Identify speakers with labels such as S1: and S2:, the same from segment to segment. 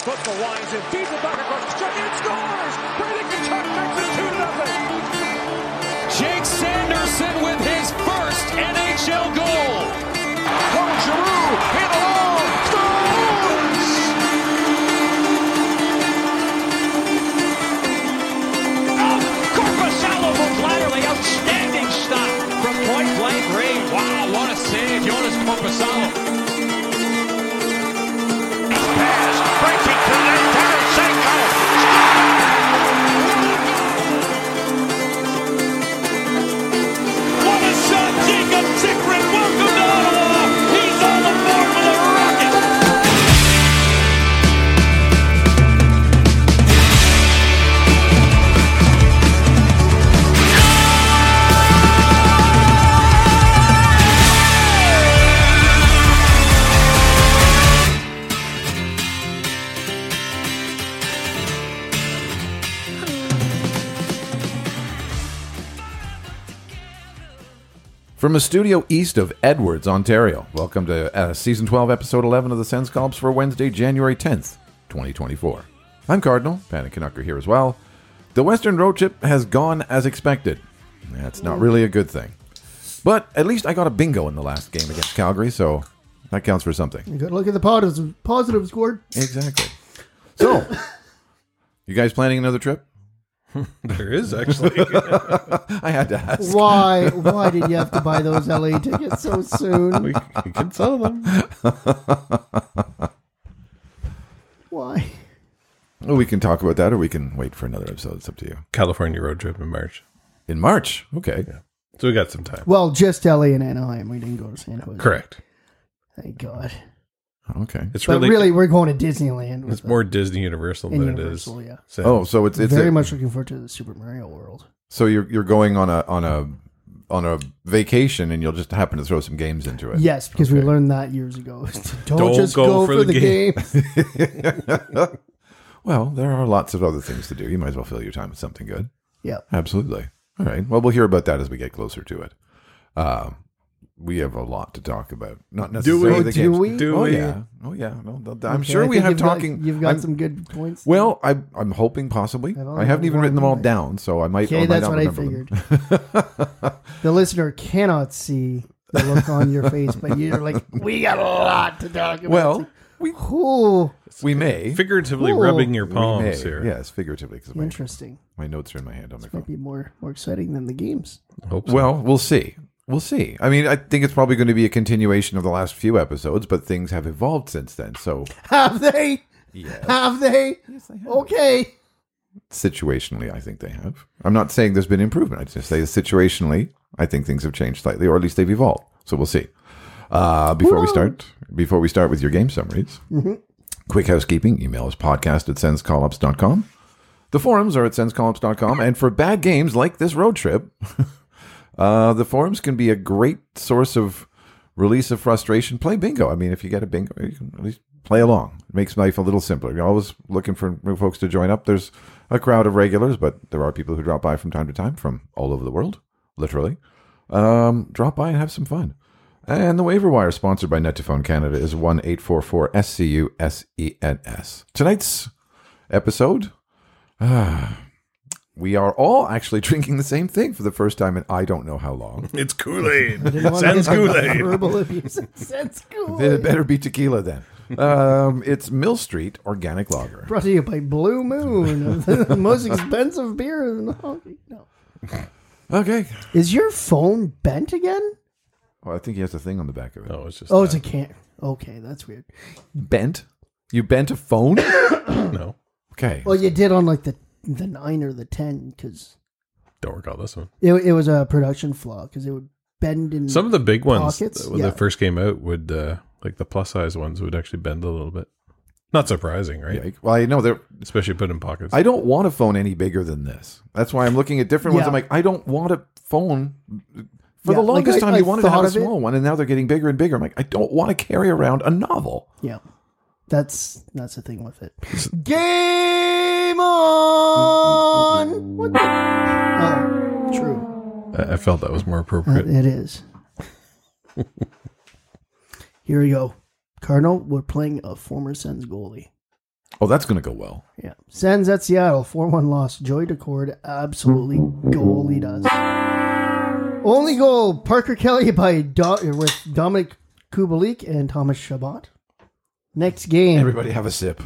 S1: Football winds in, feeds it back across the strike, and scores! Brady Kachuk makes it 2 0.
S2: Jake Sanderson with his first NHL goal.
S1: Paul Giroux hit alone, scores!
S2: Oh, Korpisalo from Blatterly, outstanding stop from point blank range. Wow, what a save, Jonas Korpisalo.
S3: pass, breaking to net, Tarasenko,
S2: What a shot, Jacob Chikrin, welcome to Ottawa. He's on the board with a rocket.
S4: From a studio east of Edwards, Ontario, welcome to uh, Season 12, Episode 11 of the Sense Columns for Wednesday, January 10th, 2024. I'm Cardinal, Patty Knucker here as well. The Western road trip has gone as expected. That's not really a good thing. But at least I got a bingo in the last game against Calgary, so that counts for something.
S5: You gotta look at the positive, positive score.
S4: Exactly. So, you guys planning another trip?
S6: There is actually.
S4: I had to ask.
S5: Why? Why did you have to buy those LA tickets so soon?
S6: we, we can sell them.
S5: Why?
S4: Well, we can talk about that or we can wait for another episode. It's up to you.
S6: California road trip in March.
S4: In March. Okay.
S6: So we got some time.
S5: Well, just LA and Anaheim. We didn't go to San Jose.
S6: Correct.
S5: Thank God.
S4: Okay.
S6: It's
S5: But
S6: really,
S5: really, we're going to Disneyland. with
S6: it's
S5: the-
S6: more Disney Universal
S5: in
S6: than
S5: Universal,
S6: it is.
S5: yeah.
S6: San-
S4: Oh, so it's it's
S5: Very
S4: a-
S5: much looking forward to the Super Mario World.
S4: So you're you're going on a on a on a vacation, and you'll just happen to throw some games into it.
S5: Yes, because we learned that years ago. Don't,
S6: Don't
S5: just go, for, the, game.
S4: Well, there are lots of other things to do. You might as well fill your time with something good.
S5: yeah.
S4: Absolutely. All right. Well, we'll hear about that as we get closer to it. Uh, we have a lot to talk about. Not necessarily
S5: Oh,
S4: the
S5: do
S4: games.
S5: we?
S6: Do
S4: oh
S6: we?
S4: yeah. Oh yeah. No, th- th- I'm
S5: Okay,
S4: sure
S5: I
S4: we
S5: think
S4: have
S5: you've got-
S4: talking.
S5: you've got
S4: I'm-
S5: some good points.
S4: Well, I, I'm hoping possibly.
S5: I've
S4: I
S5: only
S4: haven't
S5: got
S4: even written them
S5: one
S4: all
S5: right.
S4: down, so I might. or
S5: okay,
S4: might
S5: that's
S4: not
S5: what I
S4: remember them.
S5: figured. the listener cannot see the look on your face, but you're like, we got a lot to talk about.
S4: Well, we
S5: cool,
S4: we may.
S6: Figuratively
S5: Cool.
S6: rubbing your
S4: We
S6: palms
S4: may.
S6: here.
S4: Yes, figuratively, because my,
S5: interesting.
S4: my notes are in my hand on my phone.
S5: Might be more more exciting than the games.
S6: Hope so.
S4: Well, we'll see. We'll see. I mean, I think it's probably going to be a continuation of the last few episodes, but things have evolved since then. So,
S5: Have they? Have they? Okay.
S4: situationally, I think they have. I'm not saying there's been improvement. I just say situationally, I think things have changed slightly, or at least they've evolved. So we'll see. Uh, before we start, before we start with your game summaries, quick housekeeping: email us podcast at senscollups.com. The forums are at senscollups.com, and for bad games like this road trip, uh, the forums can be a great source of release of frustration. Play bingo. I mean, if you get a bingo, you can at least play along. It makes life a little simpler. You're always looking for new folks to join up. There's a crowd of regulars, but there are people who drop by from time to time from all over the world, literally. Um, drop by and have some fun. And the waiver wire sponsored by Netophone Canada is 1 844 SCU SENS. E Tonight's episode we are all actually drinking the same thing for the first time in I don't know how long.
S6: It's Kool Aid.
S5: Didn't wanna
S6: Sans
S5: get
S6: Kool
S5: that
S6: Aid.
S5: Verbal abuse. Sans Kool
S4: It
S5: Aid.
S4: better be tequila then. Um, it's Mill Street Organic Lager.
S5: Brought to you by Blue Moon, the most expensive beer in the hockey. No.
S4: Okay.
S5: Is your phone bent again?
S4: Well, I think he has a thing on the back of it.
S6: No, it's just
S5: Oh, it's a can. Okay, that's weird.
S4: Bent? You bent a phone?
S6: no.
S4: Okay.
S5: Well, you did on like the the nine or the ten because
S6: Don't recall this one.
S5: it, it was a production flaw because it would bend in
S6: Some of the big ones
S5: Pockets?
S6: that- when
S5: Yeah.
S6: they first came out would uh, like the plus size ones would actually bend a little bit. Not surprising, right?
S4: Yikes. well, I know there.
S6: Especially put in pockets.
S4: I don't want a phone any bigger than this. That's why I'm looking at different ones.
S5: Yeah.
S4: I'm like, I don't want a phone. For the
S5: Yeah, like,
S4: longest
S5: I-
S4: time,
S5: I
S4: you wanted to have
S5: thought
S4: a
S5: of it.
S4: small one, and now they're getting bigger and bigger. I'm like, I don't want to carry around a novel.
S5: yeah. That's that's the thing with it. Game on. What? the- Oh, true.
S6: I, I felt that was more
S5: Uh,
S6: appropriate.
S5: it is. Here we go, Cardinal. We're playing a former Sens goalie.
S4: Oh, that's going to go well.
S5: Yeah. Sens at Seattle, 4 1 loss. Joy Decord absolutely goalie does. Only goal, Parker Kelly by Do- with Dominic Kubalik and Thomas Shabbat. Next game.
S4: Everybody have a sip.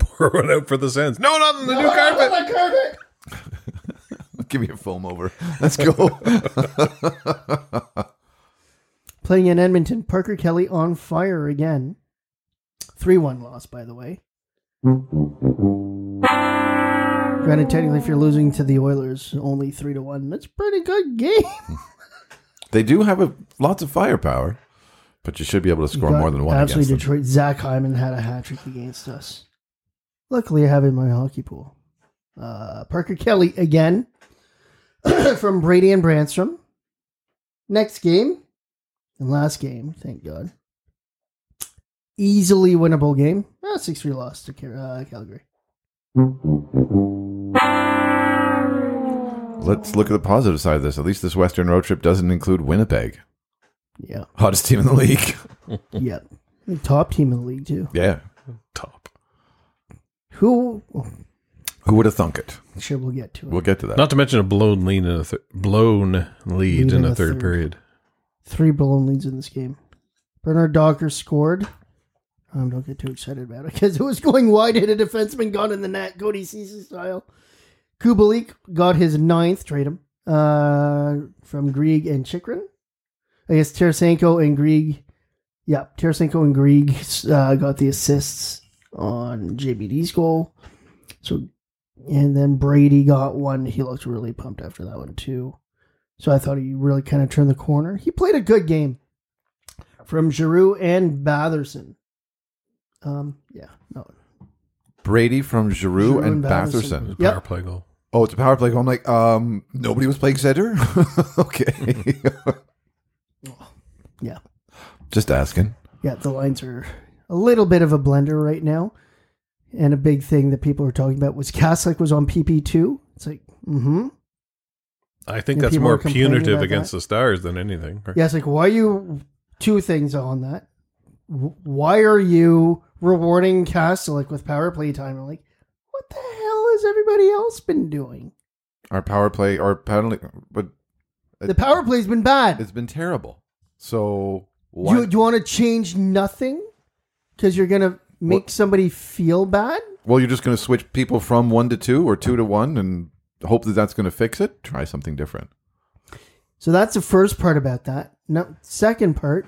S6: Pour one out for the Sens. No, not on the new carpet.
S4: Give me a foam over. Let's go.
S5: Playing in Edmonton, Parker Kelly on fire again. 3 1 loss, by the way. Granted, technically, if you're losing to the Oilers, only 3 to 1, that's a pretty good game.
S4: they do have a, lots of firepower, but you should be able to score
S5: But
S4: more than one against
S5: Absolutely,
S4: them.
S5: Detroit. Zach Hyman had a hat trick against us. Luckily, I have it in my hockey pool. Uh, Parker Kelly again from Brady and Branstrom. Next game and last game, thank God. Easily winnable game. Uh, 6 3 loss to Cal- uh, Calgary.
S4: Let's look at the positive side of this. At least this Western road trip doesn't include Winnipeg,
S5: Yeah.
S4: hottest team in the league.
S5: Yeah. The top team in the league, too.
S4: yeah.
S6: Top.
S5: Who? oh,
S4: Who would have thunk it?
S5: sure, we'll get to it.
S4: We'll get to that.
S6: Not to mention a blown lead in a th- blown lead in a third, period.
S5: Three blown leads in this game. Bernard Docker scored. Um, don't get too excited about it because it was going wide and a defenseman got in the net, Cody Cece style. Kubalik got his ninth, trade him, uh, from Grieg and Chikrin. I guess Tarasenko and Grieg, yeah, Tarasenko and Grieg uh, got the assists on JBD's goal. So, and then Brady got one. He looked really pumped after that one too. So I thought he really kind of turned the corner. He played a good game from Giroux and Batherson. Um, yeah, no,
S4: Brady from Giroux,
S5: Giroux
S4: and
S5: and Batherson.
S4: Batherson.
S6: Power
S5: Yep.
S6: play goal.
S4: Oh, it's a power play. goal. I'm like, um, nobody was playing center. okay,
S5: yeah,
S4: just asking.
S5: yeah. The lines are a little bit of a blender right now, and a big thing that people are talking about was Kaslik was on PP two. It's like, mm-hmm.
S6: I think
S5: Yeah,
S6: that's
S5: people
S6: more
S5: are complaining
S6: punitive
S5: about
S6: against
S5: that.
S6: the Stars than anything. right?
S5: Yeah, it's like, why are you two things on that? W- Why are you rewarding Kastelik with power play time? I'm like, what the hell has everybody else been doing?
S4: Our power play, our penalty, but
S5: The power play's been bad.
S4: it's been terrible. So why?
S5: You, you want to change nothing because you're gonna make
S4: What-
S5: somebody feel bad?
S4: well, you're just going to switch people from one to two or two to one and hope that that's going to fix it. Try something different.
S5: So that's the first part about that. No, second part,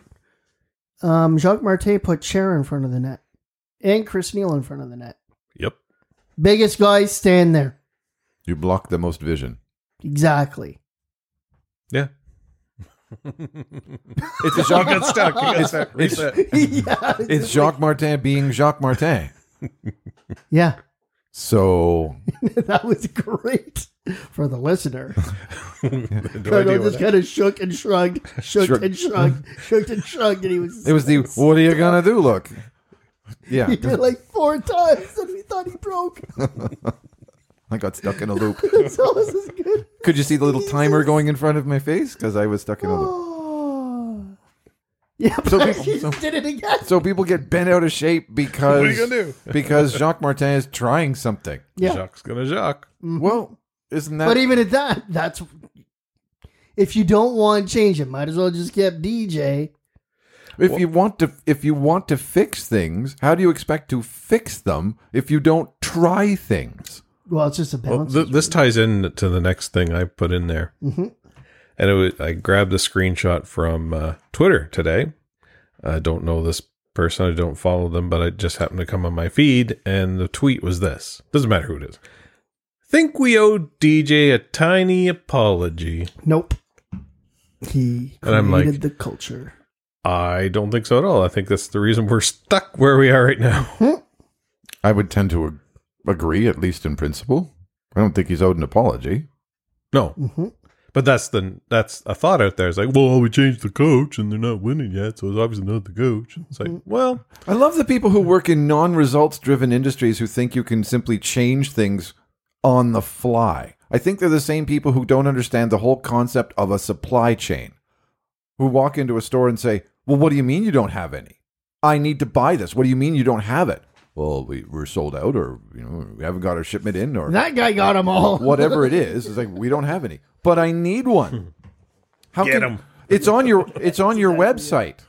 S5: um, Jacques Marte put Cher in front of the net and Chris Neal in front of the net.
S6: Yep.
S5: Biggest guys stand there.
S4: You block the most vision.
S5: Exactly.
S6: Yeah.
S4: It's a Jacques.
S6: Got stuck. Oh, You got stuck.
S4: it's-
S6: Reset.
S5: yeah.
S4: it's Jacques Martin being Jacques Martin.
S5: Yeah.
S4: So
S5: that was great for the listener.
S6: No idea
S5: Colonel
S6: what
S5: just kind of shook and shrugged, shook
S4: Shrug.
S5: and shrugged, shook and shrugged, and he was.
S4: it was the what are you gonna do? Look, yeah,
S5: He did it like four times, and we thought he broke.
S4: I got stuck in a loop.
S5: so this is good.
S4: Could you see the little timer going in front of my face? Because I was stuck in a loop.
S5: Oh. Yeah, but
S4: So
S5: so
S4: people- so-
S5: did it again.
S4: So people get bent out of shape because
S6: What are you gonna do?
S4: Because Jacques Martin is trying something.
S5: Yeah,
S6: Jacques gonna Jacques.
S4: Well, isn't that
S5: but even at that, that's if you don't want to change it, might as well just keep DJ.
S4: if you want to if you want to fix things, how do you expect to fix them if you don't try things?
S5: Well, it's just a
S6: Well,
S5: balance.
S6: th- this ties in to the next thing I put in there, and it was, I grabbed a screenshot from uh, Twitter today. I don't know this person. I don't follow them, but it just happened to come on my feed, and the tweet was this. Doesn't matter who it is. Think we owe DJ a tiny apology.
S5: nope. He created
S6: And I'm like-
S5: the culture.
S6: I don't think so at all. I think that's the reason we're stuck where we are right now.
S4: I would tend to ag- agree, at least in principle. I don't think he's owed an apology.
S6: No, but that's the that's a thought out there. It's like, well, we changed the coach, and they're not winning yet, so it's obviously not the coach. It's like,
S4: Mm-hmm.
S6: well,
S4: I love the people who work in non-results driven industries who think you can simply change things on the fly. I think they're the same people who don't understand the whole concept of a supply chain. Who walk into a store and say, "Well, what do you mean you don't have any?" I need to buy this. What do you mean you don't have it? Well, we, we're sold out, or you know, we haven't got our shipment in, or
S5: That guy got them all.
S4: whatever it is. It's like we don't have any, but I need one. How
S6: Get 'em.
S4: It's on your it's on your website.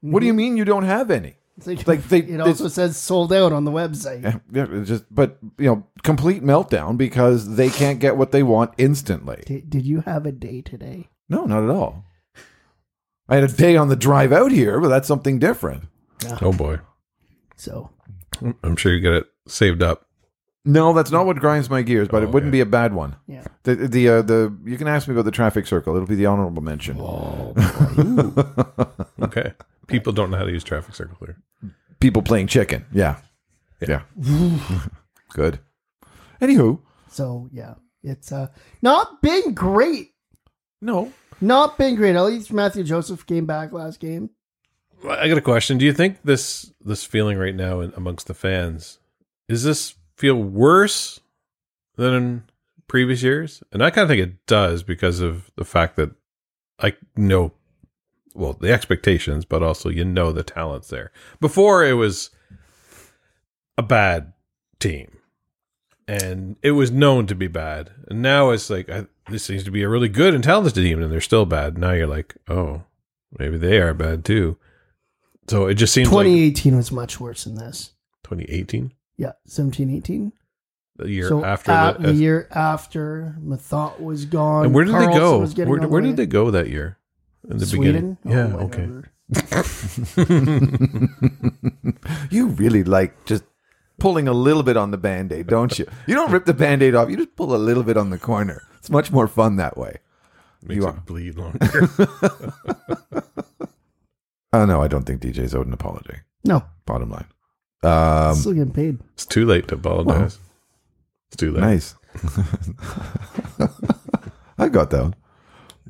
S4: What do you mean you don't have any?
S5: It's like,
S4: Like, they-
S5: it also says sold out on the website.
S4: Yeah, yeah, it's just but you know, complete meltdown because they can't get what they want instantly.
S5: Did, did you have a day today?
S4: No, not at all. I had a day on the drive out here, but that's something different.
S6: Oh boy,
S5: So
S6: I'm sure you get it saved up.
S4: No, that's not what grinds my gears, but it wouldn't be a bad one.
S5: Yeah.
S4: The the uh, the you can ask me about the traffic circle. It'll be the honorable mention.
S6: Okay, people don't know how to use traffic circle there.
S4: People playing chicken. Yeah. Yeah. Good. Anywho,
S5: so yeah, it's uh not been great.
S4: no.
S5: Not been great. At least Matthew Joseph came back last game.
S6: Well, I got a question. Do you think this this feeling right now in, amongst the fans is this feel worse than in previous years? And I kind of think it does because of the fact that I know well the expectations, but also you know the talents there. Before it was a bad team, and it was known to be bad. And now it's like I, this seems to be a really good and talented team, and they're still bad. Now you're like, oh, maybe they are bad too. So it just seems like
S5: 2018 was much worse than this.
S6: 2018,
S5: Yeah, 17, 18.
S6: the year
S5: so
S6: after
S5: at-
S6: the, uh,
S5: the year after, Mathot was gone.
S6: and where did
S5: Carlson was
S6: they go?
S5: getting
S6: Where,
S5: on
S6: where
S5: the
S6: did
S5: way.
S6: they go that year? In the
S5: Sweden? Oh,
S6: beginning, yeah, okay.
S5: whatever.
S4: You really like just pulling a little bit on the band aid, don't you? You don't rip the band aid off, you just pull a little bit on the corner. It's much more fun that way.
S6: Makes
S4: You
S6: it
S4: are-
S6: bleed longer.
S4: Oh, no, I don't think DJ's owed an apology.
S5: No,
S4: Bottom line. Um,
S5: still getting paid.
S6: it's too late to apologize. it's too late.
S4: nice. I got that one.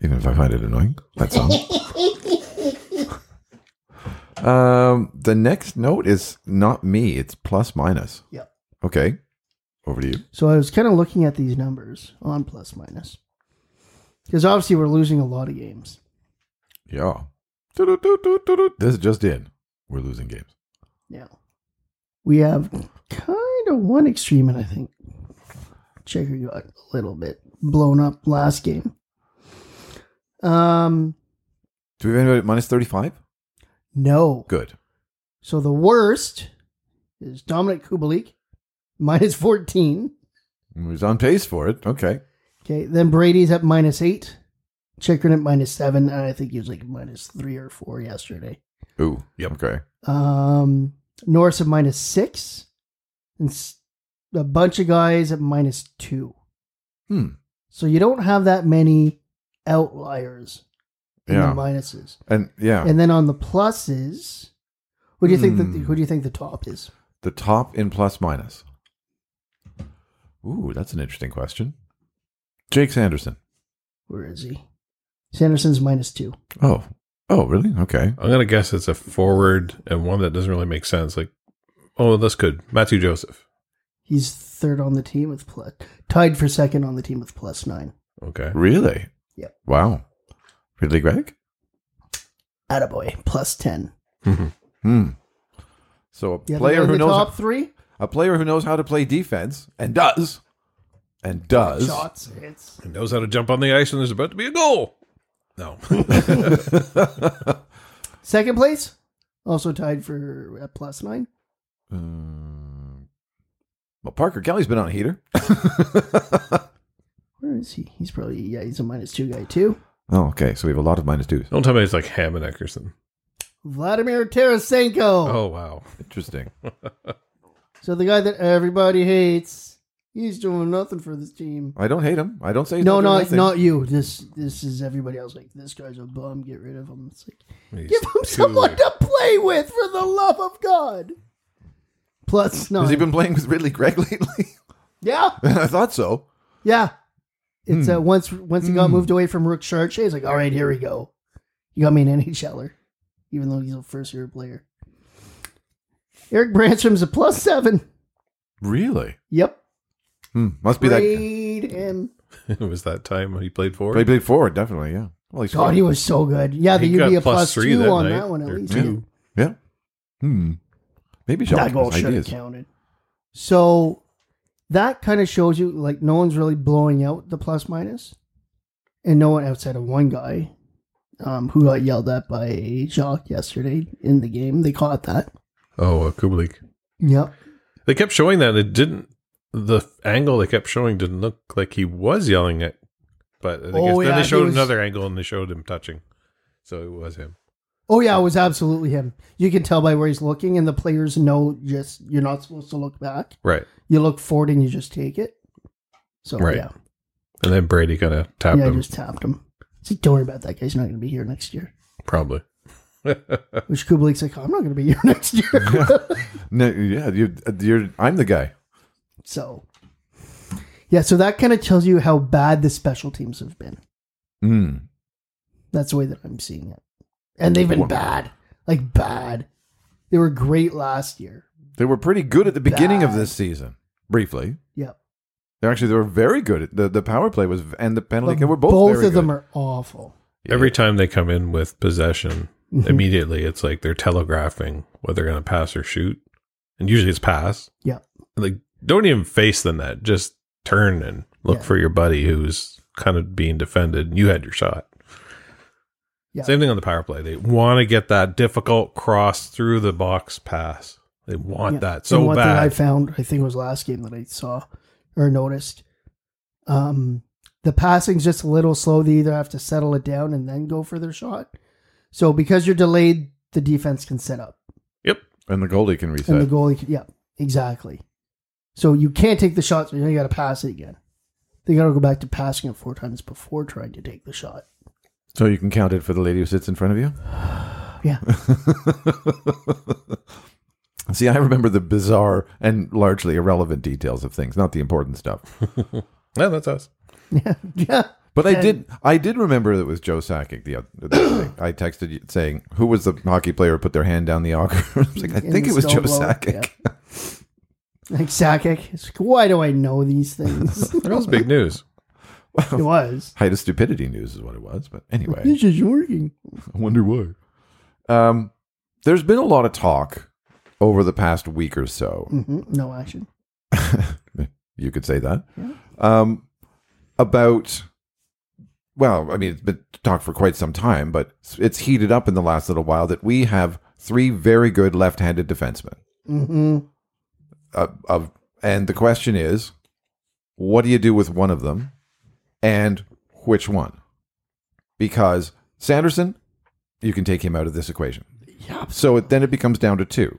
S4: Even if I find it annoying, that song. um, the next note is not me, it's plus minus.
S5: Yep.
S4: Okay. Over to you.
S5: So I was kind of looking at these numbers on plus minus because obviously we're losing a lot of games.
S4: Yeah. Doo-doo-doo-doo-doo-doo. This is just in. We're losing games.
S5: Yeah, we have kind of one extreme, and I think Checker got a little bit blown up last game. Um,
S4: Do we have anybody at minus 35?
S5: no.
S4: Good.
S5: So the worst is Dominic Kubalik, minus fourteen.
S4: He was on pace for it. Okay.
S5: Okay, then Brady's at minus eight, Chikrin at minus seven, and I think he was like minus three or four yesterday.
S4: Ooh.
S6: Yep.
S4: Okay.
S5: Um, Norris at minus six, and s- a bunch of guys at minus two.
S4: Hmm.
S5: So you don't have that many outliers in
S4: Yeah.
S5: the minuses.
S4: And yeah,
S5: And then on the pluses, who do you think
S4: Hmm.
S5: that who do you think the top is?
S4: the top in plus minus. Ooh, that's an interesting question. Jake Sanderson.
S5: Where is he? Sanderson's minus two.
S4: Oh. Oh, really? Okay.
S6: I'm gonna guess it's a forward and one that doesn't really make sense. Like, oh, this could Matthew Joseph.
S5: He's third on the team with plus tied for second on the team with plus nine.
S6: Okay,
S4: Really?
S5: Yep.
S4: Wow. Ridley Gregg?
S5: Attaboy, plus ten.
S4: Hmm. So a
S5: The other
S4: player
S5: guy in
S4: who
S5: the
S4: knows
S5: top three
S4: a player who knows how to play defense and does and does
S5: shots. It's
S6: and knows how to jump on the ice when there's about to be a goal. No,
S5: second place, also tied for at plus nine.
S4: Um, uh, well, Parker Kelly's been on a heater.
S5: Where is he? He's probably yeah. He's a minus two guy too.
S4: Oh, okay. So we have a lot of minus twos.
S6: don't tell me it's like Hammond Eckerson.
S5: Vladimir Tarasenko.
S6: Oh wow,
S4: Interesting.
S5: So the guy that everybody hates, he's doing nothing for this team.
S4: I don't hate him. I don't say he's not,
S5: No,
S4: doing
S5: not
S4: anything.
S5: not you. This this is everybody else. Like this guy's a bum. Get rid of him. It's like
S6: He's
S5: give him
S6: too-
S5: someone to play with for the love of God. Plus nine.
S4: Has he been playing with Ridley Gregg lately?
S5: yeah.
S4: I thought so.
S5: Yeah. It's uh, once once he got moved away from Rook Sharche, he's like, all right, here we go. You got me an NHLer, even though he's a first year player. Eric Branstrom's a plus seven.
S4: Really?
S5: Yep.
S4: Hmm, must be that.
S5: Trade him.
S6: It was that time when he
S4: But
S6: played
S4: he
S6: forward.
S4: played forward, definitely. Yeah. Well, he's
S5: God, he was so good. Yeah, that
S6: He
S5: you'd
S6: got
S5: be a
S6: plus
S5: plus
S6: three
S5: two
S6: that
S5: on
S6: night,
S5: that one at
S6: or
S5: least.
S6: two.
S4: Yeah. Hmm. Maybe
S5: that goal
S4: Schalke has
S5: should have
S4: ideas.
S5: counted. So that kind of shows you like no one's really blowing out the plus minus, and no one outside of one guy um, who got yelled at by Jacques yesterday in the game. They caught that.
S6: Oh, uh, Kubelik.
S5: Yep.
S6: They kept showing that. It didn't. The angle they kept showing didn't look like he was yelling at. But I guess
S5: Oh,
S6: then
S5: yeah,
S6: they
S5: he
S6: showed
S5: was-
S6: another angle and they showed him touching. So it was him.
S5: Oh yeah, it was absolutely him. You can tell by where he's looking, and the players know just you're not supposed to look back.
S6: Right.
S5: You look forward and you just take it. So
S6: Right.
S5: yeah,
S6: And then Brady kind of tapped
S5: yeah, I
S6: him,
S5: just tapped him. It's like, don't worry about that guy. He's not going to be here next year.
S6: probably.
S5: Which Kubelik's like, I'm not going to be here next year.
S4: No, yeah, you're, you're, I'm the guy.
S5: So, yeah, so that kind of tells you how bad the special teams have been.
S4: Hmm.
S5: That's the way that I'm seeing it. And they've been
S4: Wow.
S5: bad. Like, bad. They were great last year.
S4: They were pretty good at the beginning of
S5: Bad.
S4: this season, briefly.
S5: Yep.
S4: They're actually they were very good. At, the the power play was and the penalty kick were both
S5: both
S4: very
S5: of them
S4: good.
S5: are awful.
S6: Every time they come in with possession, immediately it's like they're telegraphing whether they're going to pass or shoot. And usually it's pass.
S5: Yeah.
S6: Like, don't even face them that. Just turn and look
S5: Yeah.
S6: for your buddy who's kind of being defended. and You had your shot.
S5: Yeah.
S6: Same thing on the power play. They want to get that difficult cross through the box pass. They want
S5: Yeah.
S6: that
S5: and
S6: so
S5: one thing I
S6: bad.
S5: found, I think it was last game that I saw or noticed, um, the passing's just a little slow. They either have to settle it down and then go for their shot. So, because you're delayed, the defense can set up.
S6: yep.
S4: and the goalie can
S5: And the
S4: reset.
S5: goalie, could- yeah, exactly. So you can't take the shot, so you got to pass it again. They got to go back to passing it four times before trying to take the shot.
S4: so you can count it for the lady who sits in front of you.
S5: Yeah,
S4: See, I remember the bizarre and largely irrelevant details of things, not the important stuff.
S6: Yeah, that's us.
S5: yeah, yeah.
S4: But I did, I did remember that it was Joe Sakic the other, the other day. I texted you saying, "Who was the hockey player who put their hand down the auger?" I was like, "I
S5: In
S4: think
S5: the
S4: it was Joe
S5: snow blower,
S4: Sakic."
S5: Like Sakic, it's like, why do I know these things?
S6: That was big news.
S5: it was.
S4: Height of stupidity news is what it was. But anyway,
S5: This is working.
S4: I wonder why. Um, there's been a lot of talk over the past week or so.
S5: hmm No action.
S4: You could say that. Um, about, well, I mean, it's been talked for quite some time, but it's heated up in the last little while that we have three very good left handed defensemen.
S5: hmm
S4: Uh, of, and the question is, what do you do with one of them and which one? Because Sanderson, you can take him out of this equation.
S5: Yeah. Mm-hmm.
S4: So it, then it becomes down to 2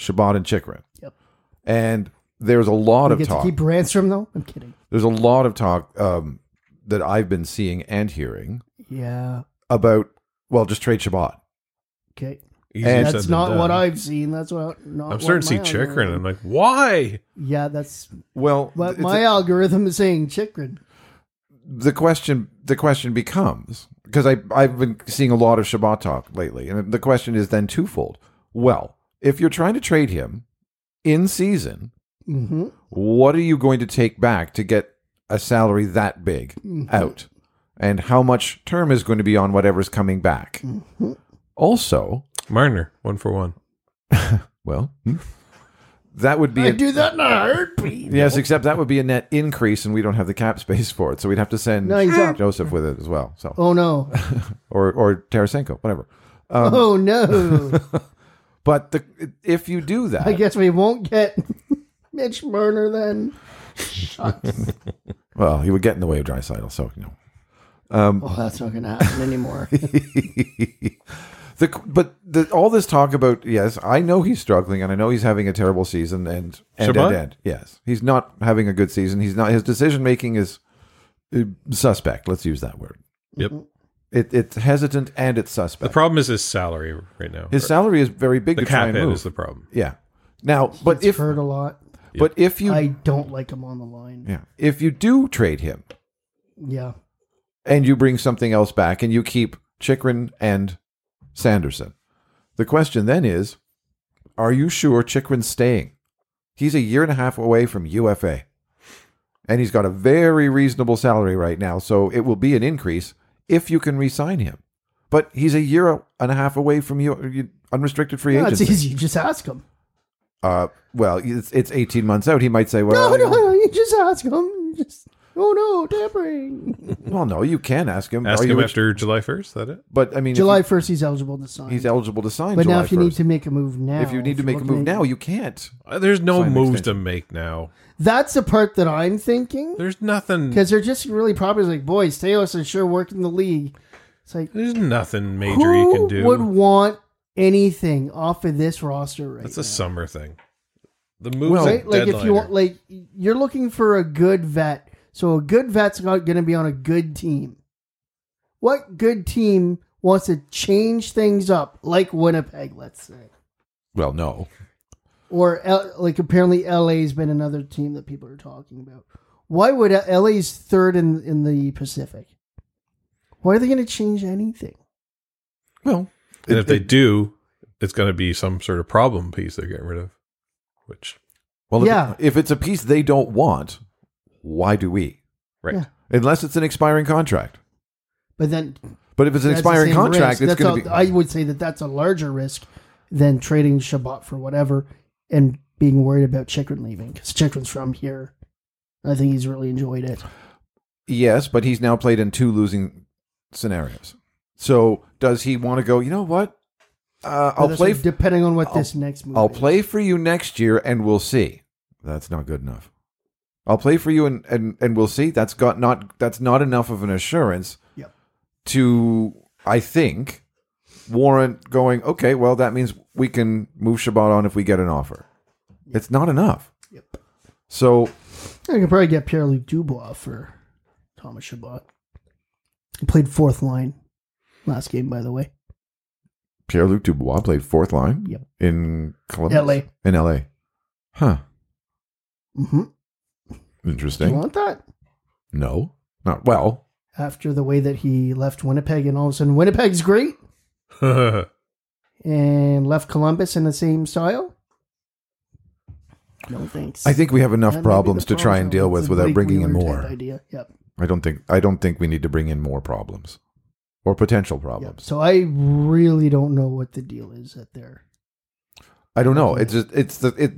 S4: Shabbat and Chikrin.
S5: Yep.
S4: And there's a lot
S5: You
S4: of
S5: get to
S4: talk.
S5: keep Ransom though. I'm kidding.
S4: there's a lot of talk um, that I've been seeing and hearing
S5: Yeah.
S4: about, well, just trade Shabbat.
S5: Okay.
S6: Easier
S4: And- uh,
S6: said
S5: That's
S6: than
S5: not
S6: done.
S5: what I've seen. That's what not.
S6: I'm
S5: what
S6: starting to see
S5: my
S6: Chikrin.
S5: algorithm-
S6: I'm like, why?
S5: Yeah, that's
S4: Well,
S5: what
S4: it's a-
S5: my algorithm is saying. Chikrin.
S4: the question the question becomes because I I've been seeing a lot of Shabbat talk lately, and the question is then twofold. Well, if you're trying to trade him in season,
S5: hmm
S4: what are you going to take back to get a salary that big
S5: Mm-hmm.
S4: out? And how much term is going to be on whatever's coming back?
S5: Mm-hmm.
S4: Also,
S6: Marner, one for one.
S4: well, hmm, that would be
S5: I
S4: a-
S5: do that in a heartbeat.
S4: yes, except that would be a net increase, and we don't have the cap space for it, so we'd have to send
S5: No, he's up.
S4: Joseph with it as well. So
S5: Oh no.
S4: or or Tarasenko, whatever.
S5: oh no.
S4: But the if you do that,
S5: I guess we won't get Mitch Marner then.
S4: well, he would get in the way of Drysidle, so you know.
S5: Oh, that's not gonna happen anymore.
S4: The, but the, all this talk about yes, I know he's struggling, and I know he's having a terrible season, and and,
S6: Shabbat?
S4: and, and yes, he's not having a good season. He's not his decision making is uh, suspect. Let's use that word.
S6: Yep.
S5: Mm-hmm.
S4: It, it's hesitant and it's
S6: The
S4: suspect.
S6: problem is his salary right now.
S4: his salary is very big
S6: the
S4: to try
S6: cap
S4: and
S6: hit
S4: move.
S6: is the problem.
S4: yeah. Now, but
S5: It's
S4: if
S5: hurt a lot.
S4: but if you
S5: I don't like him on the line.
S4: yeah if you do trade him,
S5: Yeah.
S4: and you bring something else back and you keep Chikrin and Sanderson. The question then is, are you sure Chikrin's staying? He's a year and a half away from UFA. And he's got a very reasonable salary right now, so it will be an increase if you can re-sign him. But he's a year and a half away from you, you- unrestricted free
S5: That's
S4: agency.
S5: easy. You just ask him.
S4: Uh, well, it's, it's 18 months out. He might say, well,
S5: No, no, no, you just ask him. You Just oh no, tampering.
S4: well, no, you can ask him.
S6: Ask
S4: Are
S6: him
S4: you-
S6: after July 1st, is that it?
S4: But I mean, if
S5: July
S4: you-
S5: first, he's eligible to sign.
S4: he's eligible to sign.
S5: but
S4: July
S5: now, if you need
S4: 1st.
S5: to make a move now,
S4: if you need to
S5: you're
S4: make a
S5: looking
S4: move
S5: at-
S4: now, you can't.
S6: Uh, There's no
S4: Sign an
S6: moves to
S4: extension.
S6: make now.
S5: that's the part that I'm thinking
S6: There's nothing.
S5: because they're just really probably like, boys, Teos is sure working the league. It's like
S6: There's nothing major
S5: who
S6: you can do.
S5: would want anything off of this roster right
S6: That's
S5: now?
S6: a summer thing. The moves
S4: Well-
S6: at
S5: right? Like if you
S6: deadline
S5: want,
S6: are-
S5: like you're looking for a good vet, so a good vet's not going to be on a good team. What good team wants to change things up, like Winnipeg, let's say,
S4: Well, no.
S5: or L- like apparently LA's been another team that people are talking about. Why would L- LA's third in in the Pacific? Why are they going to change anything?
S4: Well,
S6: and
S4: it-
S6: if they
S4: it-
S6: do, it's going to be some sort of problem piece they're getting rid of. Which
S4: well, if-
S5: Yeah.
S4: if it's a piece they don't want, why do we?
S6: right?
S5: Yeah.
S4: Unless it's an expiring contract.
S5: But then
S4: But if it's an
S5: that's the
S4: expiring
S5: same
S4: contract,
S5: risk.
S4: it's
S5: That's
S4: going
S5: a-
S4: to be.
S5: I would say that that's a larger risk than trading Shabbat for whatever and being worried about Chikrin leaving because Chikrin's from here. I think he's really enjoyed it.
S4: Yes, but he's now played in two losing scenarios. So does he want to go? You know what? Uh,
S5: But
S4: I'll
S5: that's
S4: play.
S5: what- depending on what
S4: I'll-
S5: this next move.
S4: I'll
S5: is.
S4: play for you next year, and we'll see. That's not good enough. I'll play for you, and and and we'll see. That's got not. That's not enough of an assurance.
S5: Yep.
S4: To I think warrant going. Okay, well that means we can move Shabbat on if we get an offer. It's not enough.
S5: Yep.
S4: So
S5: I could probably get Pierre Luc Dubois for Thomas Shabbat. He played fourth line last game, by the way.
S4: Pierre Luc Dubois played fourth line
S5: Yep.
S4: in Columbus,
S5: LA.
S4: in L.A. Huh.
S5: Mm-hmm. Do you
S4: Interesting.
S5: want that?
S4: No, not well.
S5: After the way that he left Winnipeg, and all of a sudden Winnipeg's great, and left Columbus in the same style? No thanks.
S4: I think we have enough
S5: That may be
S4: problems
S5: the
S4: to try and
S5: problem.
S4: deal with
S5: It's a
S4: without
S5: Blake
S4: bringing in
S5: Wheeler
S4: more.
S5: type Idea. Yep.
S4: I don't think I don't think we need to bring in more problems or potential
S5: yep.
S4: problems.
S5: So I really don't know what the deal is at there.
S4: I don't know. It's just it's the it.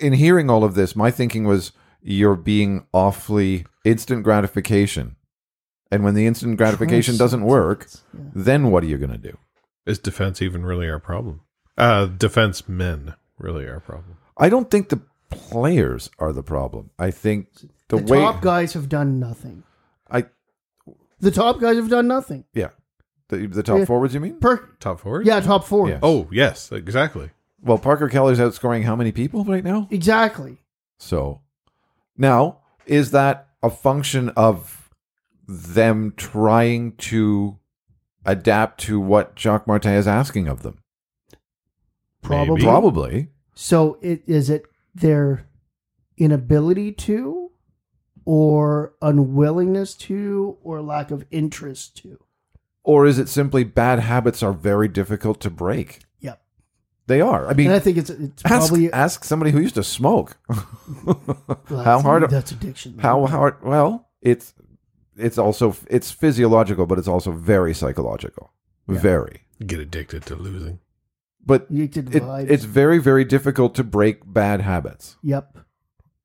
S4: In hearing all of this, my thinking was you're being awfully instant gratification, and when the instant gratification doesn't work,
S5: Yeah.
S4: then what are you going to do?
S6: Is defense even really our problem? Uh, defense men really our problem.
S4: I don't think the players are the problem. I think the,
S5: The,
S4: way
S5: top guys have done nothing.
S4: I
S5: The top guys have done nothing.
S4: yeah the the top
S5: Yeah.
S4: forwards you mean?
S5: Per-
S6: Top forward.
S5: yeah, top four.
S4: Yeah.
S6: Oh yes, exactly.
S4: Well, Parker Kelly's outscoring how many people right now?
S5: Exactly.
S4: So now, is that a function of them trying to adapt to what Jacques Martin is asking of them?
S5: Probably.
S6: Maybe.
S4: Probably.
S5: So it is it their inability to or unwillingness to or lack of interest to?
S4: Or is it simply bad habits are very difficult to break?
S5: Yep.
S4: They are. I mean,
S5: And I think it's it's
S4: ask,
S5: probably
S4: ask somebody who used to smoke.
S5: Well,
S4: how
S5: that's-
S4: hard
S5: That's addiction.
S4: how hard well, it's it's also it's physiological but it's also very psychological. Very.
S6: Get addicted to losing.
S4: But
S5: you did
S4: it,
S5: vibes.
S4: it's very very difficult to break bad habits
S5: yep,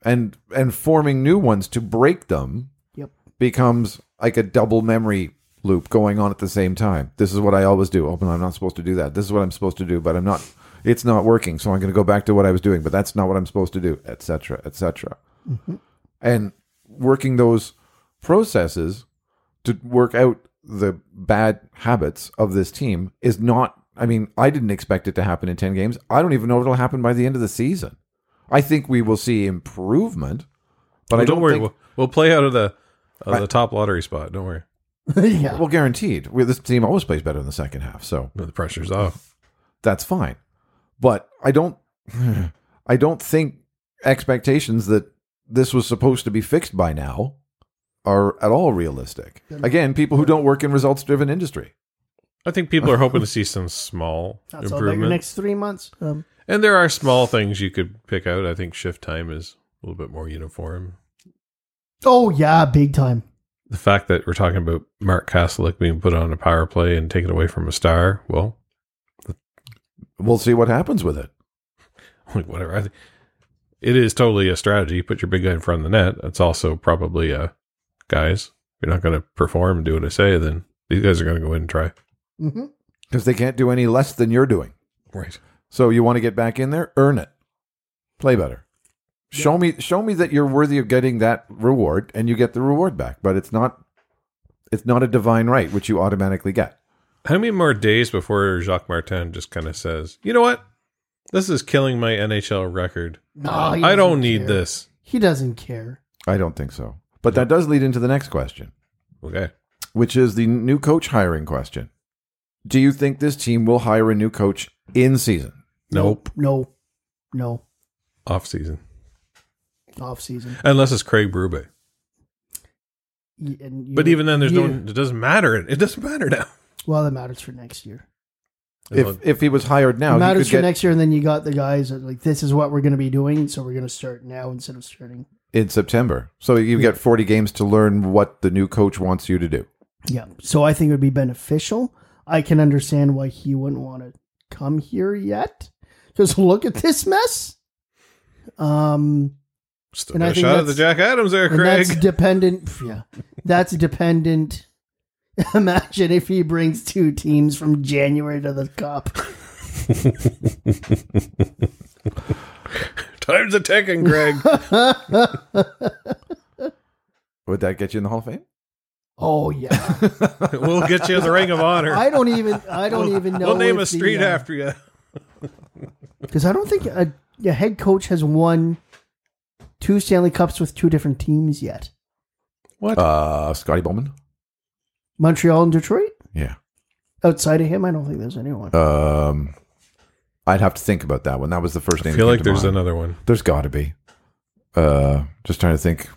S4: and and forming new ones to break them
S5: yep.
S4: becomes like a double memory loop going on at the same time this is what i always do open i'm not supposed to do that this is what i'm supposed to do but i'm not it's not working so i'm going to go back to what i was doing but that's not what i'm supposed to do etc etc and working those processes to work out the bad habits of this team is not I mean, I didn't expect it to happen in 10 games. I don't even know if it'll happen by the end of the season. I think we will see improvement, but
S6: Well,
S4: I don't,
S6: don't worry.
S4: think-
S6: We'll, we'll play out of the out of the top lottery spot. Don't worry.
S5: yeah.
S4: well, guaranteed. We, this team always plays better in the second half, so
S6: The pressure's off.
S4: that's fine. But I don't I don't think expectations that this was supposed to be fixed by now are at all realistic. Again, people who don't work in results driven industry.
S6: I think people are hoping to see some small
S5: that's all about your
S6: improvement.
S5: next three months. Um,
S6: And there are small things you could pick out. I think shift time is a little bit more uniform.
S5: oh yeah, big time.
S6: The fact that we're talking about Mark Kastelik being put on a power play and taken away from a star, well,
S4: We'll see what happens with it.
S6: like whatever. I think it is totally a strategy. Put your big guy in front of the net. It's also probably a guys. If you're not going to perform and do what I say, then these guys are going to go in and try.
S5: hmm
S4: Because they can't do any less than you're doing.
S6: Right.
S4: So you want to get back in there? Earn it. Play better. Show me show me that you're worthy of getting that reward and you get the reward back. But it's not it's not a divine right which you automatically get.
S6: How many more days before Jacques Martin just kind of says, "You know what? This is killing my NHL record.
S5: No, he
S6: I don't
S5: doesn't
S6: need
S5: care.
S6: this."
S5: He doesn't care.
S4: I don't think so. But that does lead into the next question,
S6: Okay.
S4: which is the new coach hiring question. Do you think this team will hire a new coach in season?
S6: Nope.
S5: No. No.
S6: Off season,
S5: Off season.
S6: unless it's Craig Brube.
S5: Y- and you-
S6: But even then, there's
S5: you-
S6: no. It doesn't matter. It doesn't matter now.
S5: Well, that matters for next year.
S4: If if he was hired now,
S5: it
S4: he
S5: matters
S4: could
S5: for
S4: get
S5: next year, and then you got the guys that like this is what we're going to be doing, so we're going to start now instead of starting.
S4: in September. So you've got 40 games to learn what the new coach wants you to do.
S5: Yeah. So I think it would be beneficial. I can understand why he wouldn't want to come here yet. Because look at this mess. Um,
S6: Still
S5: and
S6: got
S5: I
S6: a
S5: think
S6: shot at the
S5: that's-
S6: Jack Adams there,
S5: and that's
S6: Craig.
S5: dependent. Yeah, that's dependent. Imagine if he brings two teams from January to the cup.
S6: Time's a ticking, Craig.
S4: Would that get you in the Hall of Fame?
S5: Oh yeah,
S6: we'll get you in the Ring of Honor.
S5: I don't even. I don't even know.
S6: we'll name
S5: if
S6: a street
S5: the, uh,
S6: after you.
S5: because I don't think a, a head coach has won two Stanley Cups with two different teams yet.
S4: Uh, Scotty Bowman?
S5: Montreal and Detroit.
S4: Yeah.
S5: Outside of him, I don't think there's anyone.
S4: Um, I'd have to think about that one. That was the first
S6: I
S4: name.
S6: feel
S4: that
S6: like
S4: came to
S6: there's
S4: mind.
S6: another one.
S4: There's got to be. Uh, just trying to think.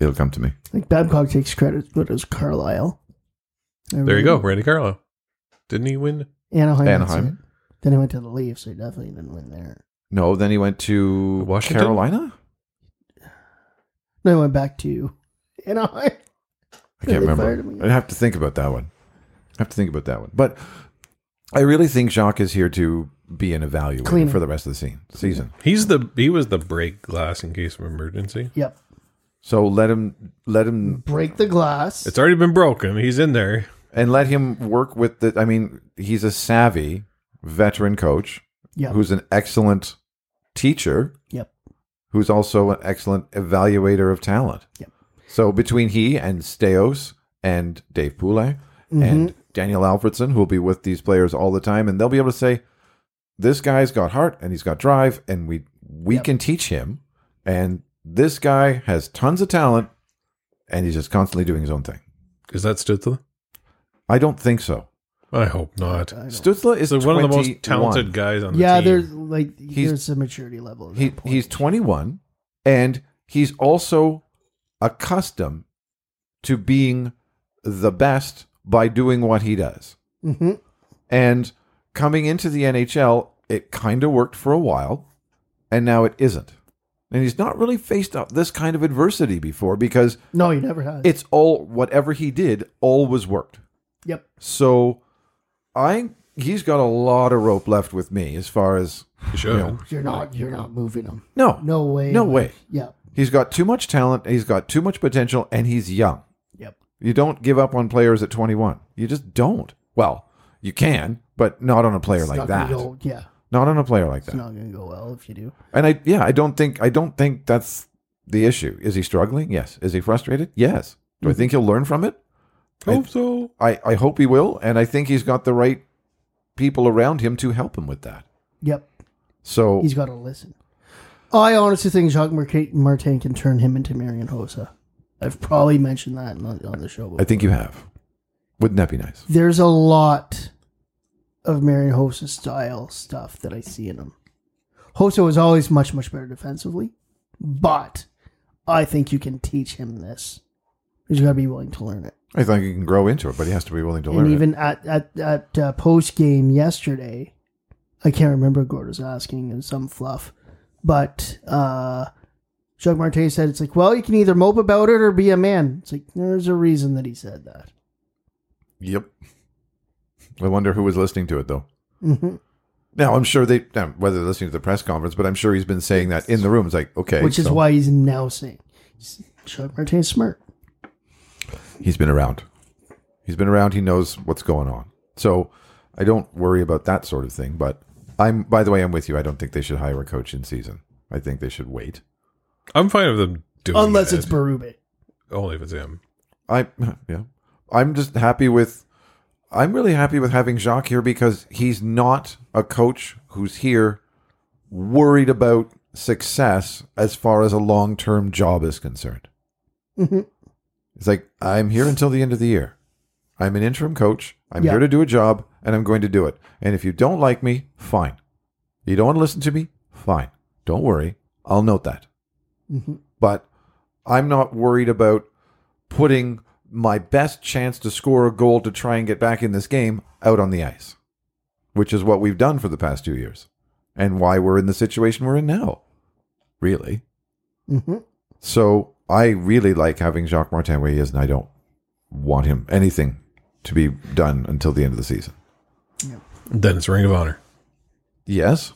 S4: It'll come to me.
S5: like Babcock takes credit, but it was Carlisle.
S6: There you go, Randy Carlo. Didn't he win?
S5: Anaheim. that's
S4: Anaheim.
S5: it. Then he went to the Leafs, so he definitely didn't win there.
S4: No, then he went to
S6: Washington?
S4: Carolina.
S5: Then he went back to Anaheim.
S4: I can't
S5: They fired him
S4: remember.
S5: again.
S4: I'd have to think about that one. I have to think about that one. But I really think Jacques is here to be an evaluator
S5: Cleaner.
S4: for the rest of the scene, season.
S6: He's the he was the break glass in case of emergency.
S5: Yep.
S4: So let him, let him,
S5: Break the glass.
S6: It's already been broken. He's in there.
S4: and let him work with the. I mean, he's a savvy veteran coach
S5: yep.
S4: who's an excellent teacher.
S5: yep.
S4: who's also an excellent evaluator of talent.
S5: Yep.
S4: So between he and Steos and Dave Poulet
S5: Mm-hmm.
S4: and Daniel Alfredson, who will be with these players all the time, and they'll be able to say, this guy's got heart and he's got drive, and we we can teach him. And this guy has tons of talent, and he's just constantly doing his own thing.
S6: Is that Stutzla?
S4: I don't think so.
S6: I hope not.
S4: Uh, Stutzla is
S6: So one of the most
S4: 21.
S6: talented guys on the
S5: Yeah,
S6: team.
S5: there's like
S4: He's-
S5: there's a maturity level. at
S4: He,
S5: that point.
S4: he's 21 and he's also accustomed to being the best by doing what he does.
S5: Mhm.
S4: And coming into the NHL, it kind of worked for a while and now it isn't. And he's not really faced up this kind of adversity before because
S5: no, he never has.
S4: it's all whatever he did always worked.
S5: yep.
S4: So I he's got a lot of rope left with me as far as
S6: You should.
S5: You're not. You're not moving him.
S4: no
S5: No way.
S4: no way
S5: Yep.
S4: He's got too much talent, he's got too much potential, and he's young.
S5: Yep.
S4: You don't give up on players at 21. You just don't. Well, you can, but not on a player like
S5: not
S4: that.
S5: Gonna go, yeah.
S4: Not on a player like
S5: It's
S4: that.
S5: not going to go well if you do.
S4: And I yeah, I don't think I don't think that's the issue. Is he struggling? Yes. Is he frustrated? Yes. Do I
S5: Mm-hmm.
S4: think he'll learn from it?
S6: Hope so.
S4: I, I hope he will, and I think he's got the right people around him to help him with that.
S5: Yep.
S4: So
S5: He's got to listen. I honestly think Jacques Marca- Martin can turn him into Marion Hossa. I've probably mentioned that on, on the show. Before.
S4: I think you have. Wouldn't that be nice?
S5: there's a lot of Marion Hossa style stuff that I see in him. Hossa was always much, much better defensively, but I think you can teach him this. He's got to be willing to learn it.
S4: I think he can grow into it, but he has to be willing to learn
S5: and
S4: it.
S5: even at at at uh, post game yesterday, I can't remember who was asking and some fluff, but uh, Jacques Marte said it's like, well, you can either mope about it or be a man. It's like there's a reason that he said that. Mm-hmm.
S4: Yep. I wonder who was listening to it though. Now I'm sure they now, whether they're listening to the press conference, but I'm sure he's been saying that in the room. It's like okay,
S5: which is
S4: so
S5: why he's now saying Chuck Martin's smart.
S4: he's been around. He's been around. He knows what's going on. So I don't worry about that sort of thing. But I'm by the way, I'm with you. I don't think they should hire a coach in season. I think they should wait.
S6: I'm fine with them doing
S5: Unless
S6: it.
S5: it's Barube.
S6: only if it's him.
S4: I yeah. I'm just happy with I'm really happy with having Jacques here because he's not a coach who's here worried about success as far as a long-term job is concerned. It's like I'm here until the end of the year. I'm an interim coach. I'm
S5: Yeah.
S4: here to do a job and I'm going to do it. And if you don't like me, fine. You don't want to listen to me? Fine. Don't worry. I'll note that. But I'm not worried about putting my best chance to score a goal to try and get back in this game out on the ice, which is what we've done for the past two years and why we're in the situation we're in now, really.
S5: hmm
S4: So I really like having Jacques Martin where he is, and I don't want him anything to be done until the end of the season.
S6: Then it's Ring of Honor.
S4: Yes,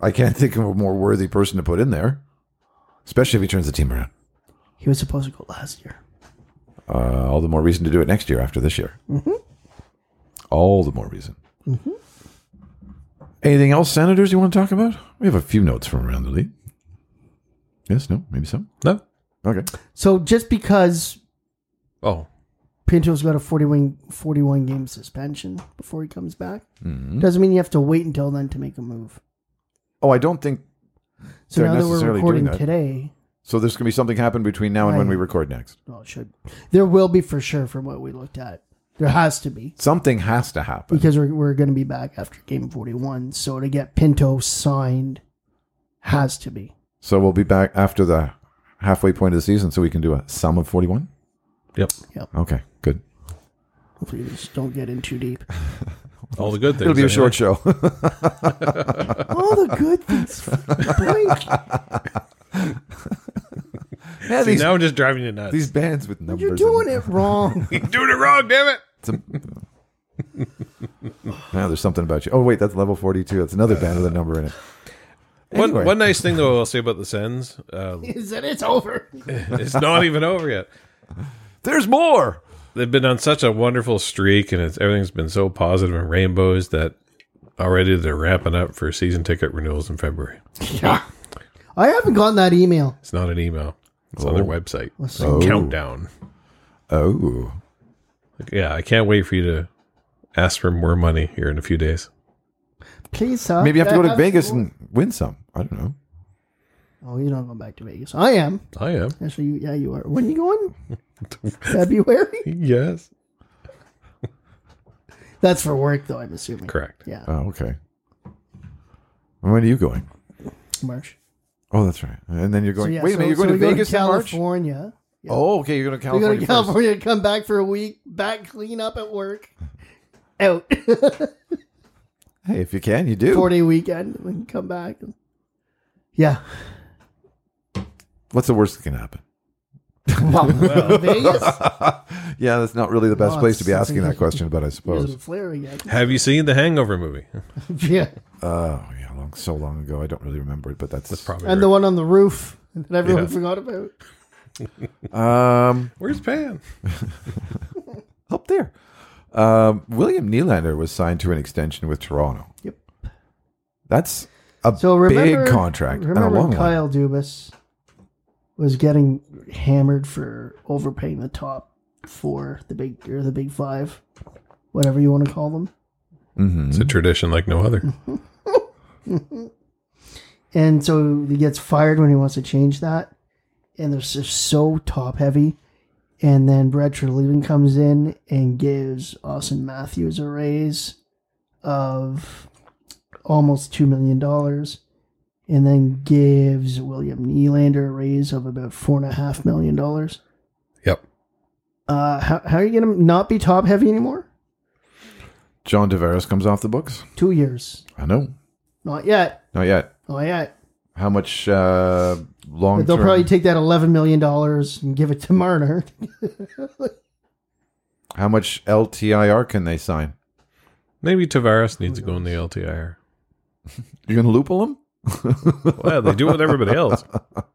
S4: I can't think of a more worthy person to put in there, especially if he turns the team around.
S5: He was supposed to go last year.
S4: Uh, all the more reason to do it next year after this year. All the more reason. Mm-hmm. Anything else, senators, you want to talk about? We have a few notes from around the league. Yes, no, maybe so.
S6: No.
S4: Okay.
S5: So just because
S6: Oh,
S5: Pinto's got a 41, 41 game suspension before he comes back,
S4: Mm-hmm.
S5: doesn't mean you have to wait until then to make a move.
S4: Oh, I don't think
S5: So
S4: They're
S5: now that we're
S4: necessarily doing
S5: recording
S4: that.
S5: today,
S4: so. There's going to be something happen between now and when we
S5: Right.
S4: record next.
S5: well, it should there will be for sure from what we looked at. There has to be
S4: Something has to happen.
S5: because we're, we're going to be back after game 41. So to get Pinto signed has to be.
S4: So we'll be back after the halfway point of the season, so we can do a sum of 41.
S6: yep.
S4: Okay, good.
S5: Hopefully, we just don't get in too deep.
S6: All the good things.
S4: It'll be a
S6: anyway.
S4: short show.
S5: All the good things. Blake,
S4: yeah,
S6: See,
S4: these,
S6: now I'm just driving you nuts.
S4: these bands with numbers.
S5: you're
S4: and-
S5: doing it wrong.
S6: doing it wrong, damn it.
S4: Now there's something about you. Oh wait, that's level 42. That's another band with a number in it. Anyway.
S6: One, one nice thing though I'll say about the Sens, uh,
S5: Is that it's over?
S6: it's not even over yet.
S4: There's more.
S6: They've been on such a wonderful streak, and it's everything's been so positive and rainbows that already they're ramping up for season ticket renewals in February.
S5: I haven't gotten that email.
S6: It's not an email; it's on their website. It's a
S4: Oh.
S6: countdown.
S4: Oh,
S6: Like, yeah, I can't wait for you to ask for more money here in a few days.
S5: Please, sir.
S4: maybe you have to go to
S5: Uh,
S4: Vegas and win some. I don't know.
S5: Oh, you're not going back to Vegas. I am.
S6: I am.
S5: Actually, you, yeah, you are. When you going? February?
S6: Yes.
S5: That's for work, though, I'm assuming.
S6: Correct.
S5: Yeah,
S4: Oh, okay. And When are you going?
S5: March.
S4: Oh, that's right. And then you're going.
S5: So, yeah,
S4: wait a minute,
S5: so-
S4: you're going
S5: so
S4: to
S5: we go
S4: Vegas in March.
S5: California. Yeah.
S4: Oh, okay. You're going to
S5: we
S4: California. first.
S5: go to California, come back for a week, back clean up at work, out
S4: Hey, if you can, you do.
S5: four day weekend, we can come back. Yeah,
S4: What's the worst that can happen?
S5: Vegas.
S4: Yeah, that's not really the best
S5: No,
S4: place to
S5: Oh, it's
S4: be asking
S5: something-
S4: that question, but I
S5: There's a
S4: suppose.
S5: flare again.
S6: Have you seen the Hangover movie?
S5: yeah,
S4: Oh, yeah, long, so long ago. I don't really remember it, but that's,
S6: Probably.
S5: and the one on the roof that everyone
S6: Yeah.
S5: forgot about.
S4: um
S6: Where's Pan?
S4: up there. Um, William Nylander was signed to an extension with Toronto.
S5: Yep.
S4: That's a
S5: So remember,
S4: big contract and a
S5: Remember
S4: long one.
S5: Kyle Dubas was getting hammered for overpaying the top four, the big or the big five, whatever you want to call them.
S6: It's a tradition like no other.
S5: And so he gets fired when he wants to change that. And they're just so top heavy. And then Brad Treliving comes in and gives Austin Matthews a raise of almost $2 million. And then gives William Nylander a raise of about $4.5 million.
S6: Yep.
S5: Uh, how, how are you going to not be top heavy anymore?
S4: John Tavares comes off the books.
S5: Two years.
S4: I know.
S5: Not yet.
S4: Not yet.
S5: Not yet.
S4: How much uh, long
S5: But they'll probably take that $11 million and give it to Marner.
S4: How much LTIR can they sign?
S6: Maybe Tavares needs to go in the LTIR.
S4: You're going to loophole him?
S6: Well, they do with everybody else. We're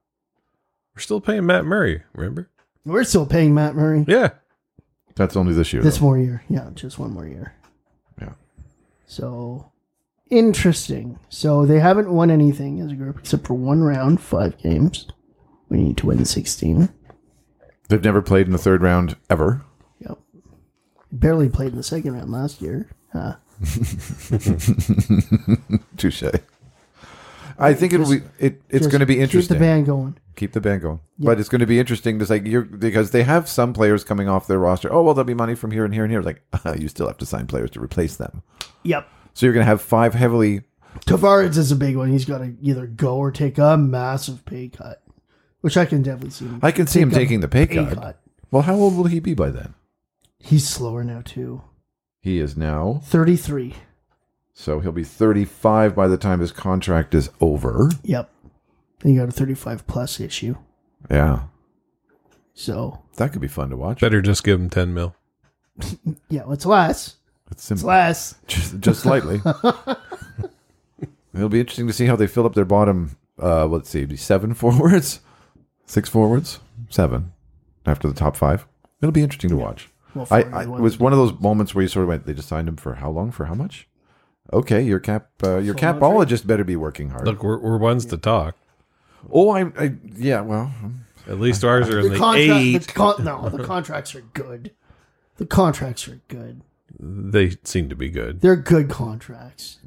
S6: still paying Matt Murray, remember?
S5: We're still paying Matt Murray
S6: Yeah.
S4: That's only this year.
S5: this
S4: though.
S5: more year. Yeah, just one more year.
S4: Yeah.
S5: So interesting. So they haven't won anything as a group except for one round, five games. We need to win sixteen.
S4: They've never played in the third round ever.
S5: Yep. Barely played in the second round last year. Huh.
S4: Touche. I think it'll be it, it's
S5: Just
S4: going to be interesting.
S5: Keep the band going.
S4: keep the band going. But it's going to be interesting to say you're because they have some players coming off their roster. Oh well, there'll be money from here and here and here. It's like you still have to sign players to replace them.
S5: Yep.
S4: So you're going to have five heavily.
S5: Tavares is a big one. He's got to either go or take a massive pay cut, which I can definitely see. Him.
S4: I can see him
S5: Take a
S4: taking the pay
S5: pay
S4: cut.
S5: cut.
S4: Well, how old will he be by then?
S5: He's slower now too.
S4: He is now,
S5: Thirty-three.
S4: so he'll be 35 by the time his contract is over.
S5: Yep. And you got a thirty-five plus issue.
S4: Yeah,
S5: So
S4: that could be fun to watch.
S6: Better just give him 10 mil.
S5: yeah, well, it's less.
S4: It's
S5: It's
S4: simple.
S5: less.
S4: just, just slightly. It'll be interesting to see how they fill up their bottom. Uh, let's see, it'd be seven forwards, six forwards, seven after the top five. It'll be interesting to watch.
S5: Well,
S4: I,
S5: forward,
S4: I
S5: they
S4: it
S5: won.
S4: was one of those moments where you sort of went, they just signed him for how long? For how much? Okay, your cap, uh, your
S5: Full
S4: capologist better be working hard.
S6: Look, we're, we're ones to talk.
S4: oh, I, I, yeah, well,
S6: At least ours are in
S5: The,
S6: the
S5: contract.
S6: eight.
S5: The con- no, the contracts are good. The contracts are good.
S6: They seem to be good.
S5: They're good contracts.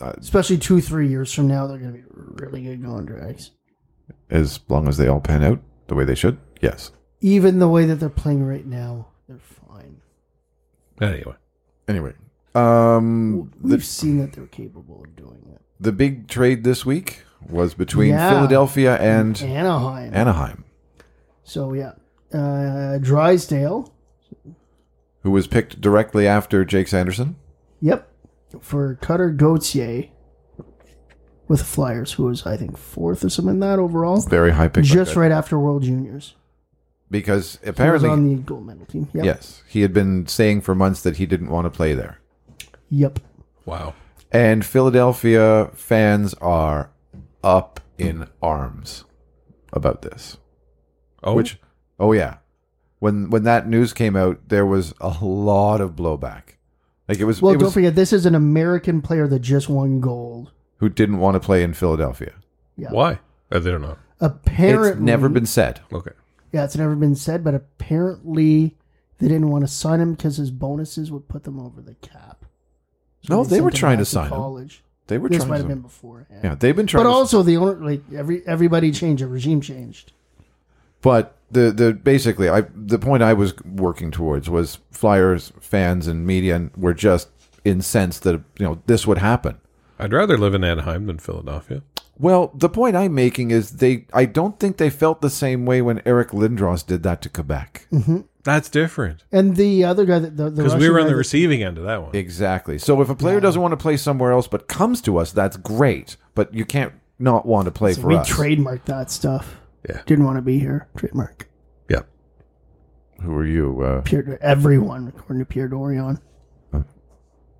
S4: Uh,
S5: Especially two, three years from now, they're going to be really good contracts.
S4: as long as they all pan out the way they should, yes.
S5: Even the way that they're playing right now, they're fine.
S6: Anyway,
S4: Anyway, um,
S5: We've seen that they're capable of doing it.
S4: the big trade this week was between
S5: Yeah.
S4: Philadelphia and
S5: Anaheim.
S4: Anaheim,
S5: so yeah, uh, Drysdale.
S4: who was picked directly after Jake Sanderson.
S5: Yep, for Cutter Gauthier with the Flyers, who was I think fourth or something in that overall,
S4: Very high pick. by
S5: just
S4: Red-
S5: right after World Juniors.
S4: Because
S5: He was
S4: apparently,
S5: on the gold medal team. Yep.
S4: yes, he had been saying for months that he didn't want to play there.
S5: Yep.
S6: wow.
S4: And Philadelphia fans are up in arms about this.
S6: Oh,
S4: Which, oh yeah, when when that news came out, there was a lot of blowback. Like it was,
S5: Well,
S4: it
S5: don't
S4: was
S5: forget this is an American player that just won gold.
S4: who didn't want to play in Philadelphia.
S6: why? I don't know.
S5: Apparently,
S4: it's never been said.
S6: Okay.
S5: Yeah, it's never been said, but apparently they didn't want to sign him because his bonuses would put them over the cap.
S4: No, they
S5: sent
S4: were
S5: him
S4: trying to
S5: back
S4: sign him.
S5: college.
S4: They were
S5: This
S4: trying
S5: might
S4: to.
S5: have been before.
S4: yeah, they've been trying.
S5: But
S4: to-
S5: also the owner, like every everybody changed, the regime changed.
S4: But the the basically, I the point I was working towards was Flyers fans and media were just incensed that you know this would happen.
S6: I'd rather live in Anaheim than Philadelphia.
S4: Well, the point I'm making is they. I don't think they felt the same way when Eric Lindros did that to Quebec.
S6: That's different.
S5: And the other guy that the
S6: Because we were on the receiving end of that one.
S4: Exactly. So if a player doesn't want to play somewhere else but comes to us, that's great. But you can't not want to play for
S5: we
S4: us.
S5: trademarked that stuff.
S6: Yeah.
S5: didn't want to be here. Trademark.
S6: Yeah.
S4: Who are you? Uh,
S5: Pierre, everyone, according to Pierre Dorian.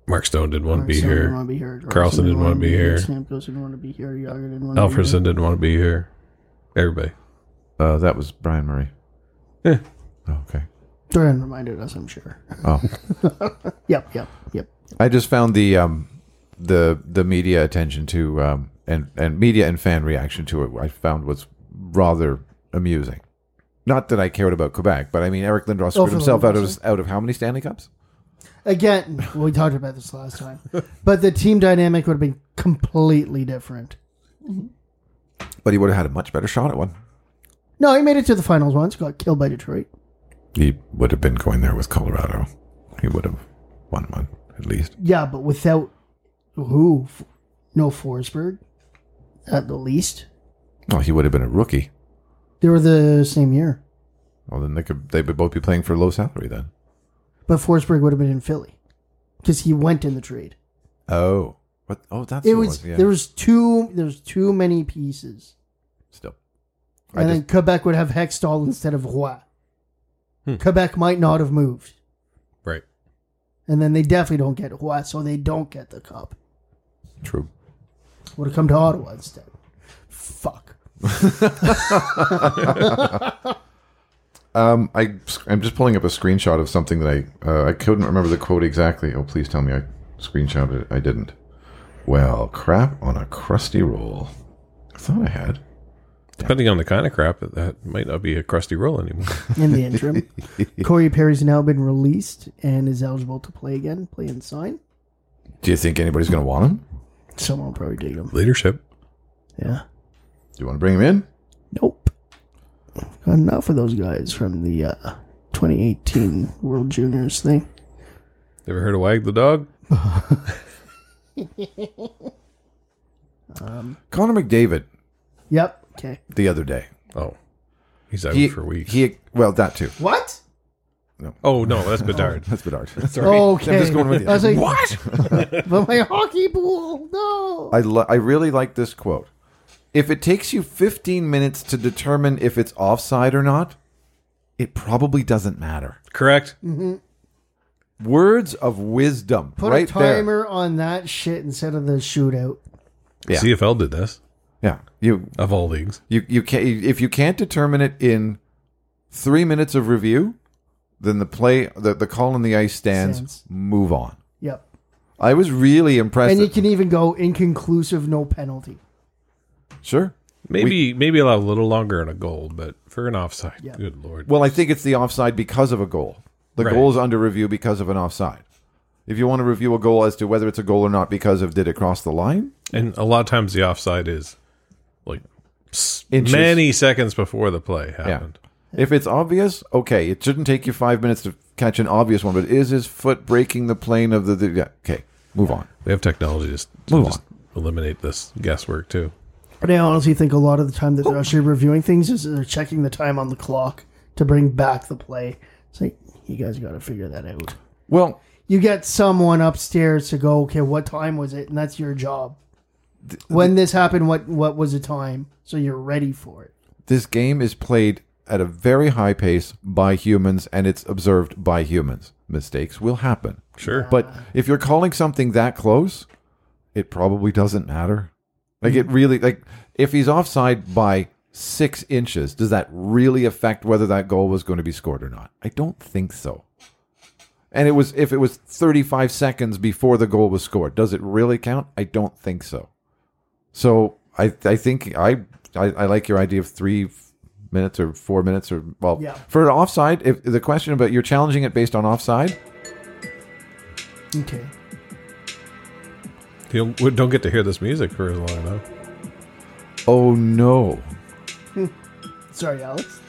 S6: Mark Stone didn't want to be
S5: Stone Didn't
S6: here.
S5: want to be here. Carlson,
S6: Carlson didn't wanna be here.
S5: Stamkos didn't want to be here. Yager didn't want to
S6: Alfredson didn't want to be here. Everybody.
S4: uh, that was Brian Murray. Oh,
S6: Yeah.
S4: Okay.
S5: be here. Dorian reminded us, I'm sure.
S4: Oh.
S5: Yep, yep, yep.
S4: I just found the um, the the media attention to um, and and media and fan reaction to it. I found was rather amusing. Not that I cared about Quebec, but I mean Eric Lindros
S5: Oh,
S4: screwed
S5: for
S4: himself out
S5: Lindros,
S4: of out of how many Stanley Cups?
S5: Again, we talked about this last time, but the team dynamic would have been completely different.
S4: But he would have had a much better shot at one.
S5: No, he made it to the finals once, got killed by Detroit.
S4: He would have been going there with Colorado. He would have won one at least.
S5: Yeah, but without who? F- No Forsberg, at the least.
S4: Well, he would have been a rookie.
S5: They were the same year,
S4: Well, then they could they would both be playing for low salary then.
S5: but Forsberg would have been in Philly because he went in the trade.
S4: Oh, what? Oh, that's
S5: It
S4: who
S5: was
S4: yeah.
S5: there was too there's too many pieces,
S4: still. I
S5: and then
S4: just,
S5: Quebec would have Hextall instead of Roy.
S4: Hmm.
S5: Quebec might not have moved,
S6: Right.
S5: and then they definitely don't get Roy, so they don't get the cup.
S4: true.
S5: Would have come to Ottawa instead. Fuck.
S4: Um, I I'm just pulling up a screenshot of something that I uh, I couldn't remember the quote exactly. Oh, please tell me I screenshotted it. I didn't. Well, crap on a crusty roll. I thought I had.
S6: Depending on the kind of crap, that- that might not be a crusty roll anymore.
S5: In the interim, Corey Perry's now been released and is eligible to play again, play and sign.
S4: Do you think anybody's going to want him?
S5: Someone will probably dig him.
S6: Leadership.
S5: Yeah.
S4: Do you want to bring him in?
S5: Nope. Got enough of those guys from the uh, 2018 World Juniors thing.
S6: Ever heard of Wag the Dog?
S4: Connor McDavid
S5: Yep. Okay.
S4: the other day.
S6: Oh, he's out
S4: He,
S6: for weeks.
S4: he well that too.
S5: What?
S6: oh no, that's Bedard.
S4: That's Bedard.
S5: Okay.
S4: I'm just going with you.
S5: I was like, what? but my hockey pool. No.
S4: I lo- I really like this quote. If it takes you 15 minutes to determine if it's offside or not, it probably doesn't matter.
S6: Correct.
S4: Words of wisdom,
S5: Put
S4: right
S5: a timer on that shit instead of the shootout.
S4: Yeah.
S6: CFL did this
S4: there. Yeah, you
S6: of all leagues.
S4: You you can not if you can't determine it in three minutes of review, then the play the, the call on the ice stands.
S5: Stands.
S4: Move on.
S5: Yep.
S4: I was really impressed.
S5: And you
S4: that-
S5: can even go inconclusive, no penalty.
S4: sure.
S6: Maybe maybe allow a little longer on a goal, but for an offside,
S5: Yeah.
S6: good lord.
S4: Well, I think it's the offside because of a goal. The
S6: Right.
S4: goal is under review because of an offside. If you want to review a goal as to whether it's a goal or not because of did it cross the line,
S6: And a lot of times the offside is like s-
S4: Inches.
S6: many seconds before the play happened.
S4: If it's obvious, okay, it shouldn't take you five minutes to catch an obvious one. But is his foot breaking the plane of the? the yeah, okay, move on.
S6: We have technology to, s- to
S4: Move
S6: just eliminate this guesswork too.
S5: But I honestly think a lot of the time that they're actually reviewing things is they're checking the time on the clock to bring back the play. It's like, you guys got to figure that out.
S4: Well,
S5: You get someone upstairs to go, okay, what time was it? And that's your job. when this happened, what, what was the time? So you're ready for it.
S4: this game is played at a very high pace by humans and it's observed by humans. Mistakes will happen.
S6: Sure.
S4: But if you're calling something that close, it probably doesn't matter. Like it really like if he's offside by 6 inches, does that really affect whether that goal was going to be scored or not? I don't think so. And it was if it was 35 seconds before the goal was scored, does it really count? I don't think so. So I I think I I, I like your idea of three f- minutes or four minutes or well
S5: Yeah.
S4: for an offside. If the question about you're challenging it based on offside,
S5: Okay.
S6: You don't, we don't get to hear this music for as long enough.
S4: oh no!
S5: Sorry, Alex.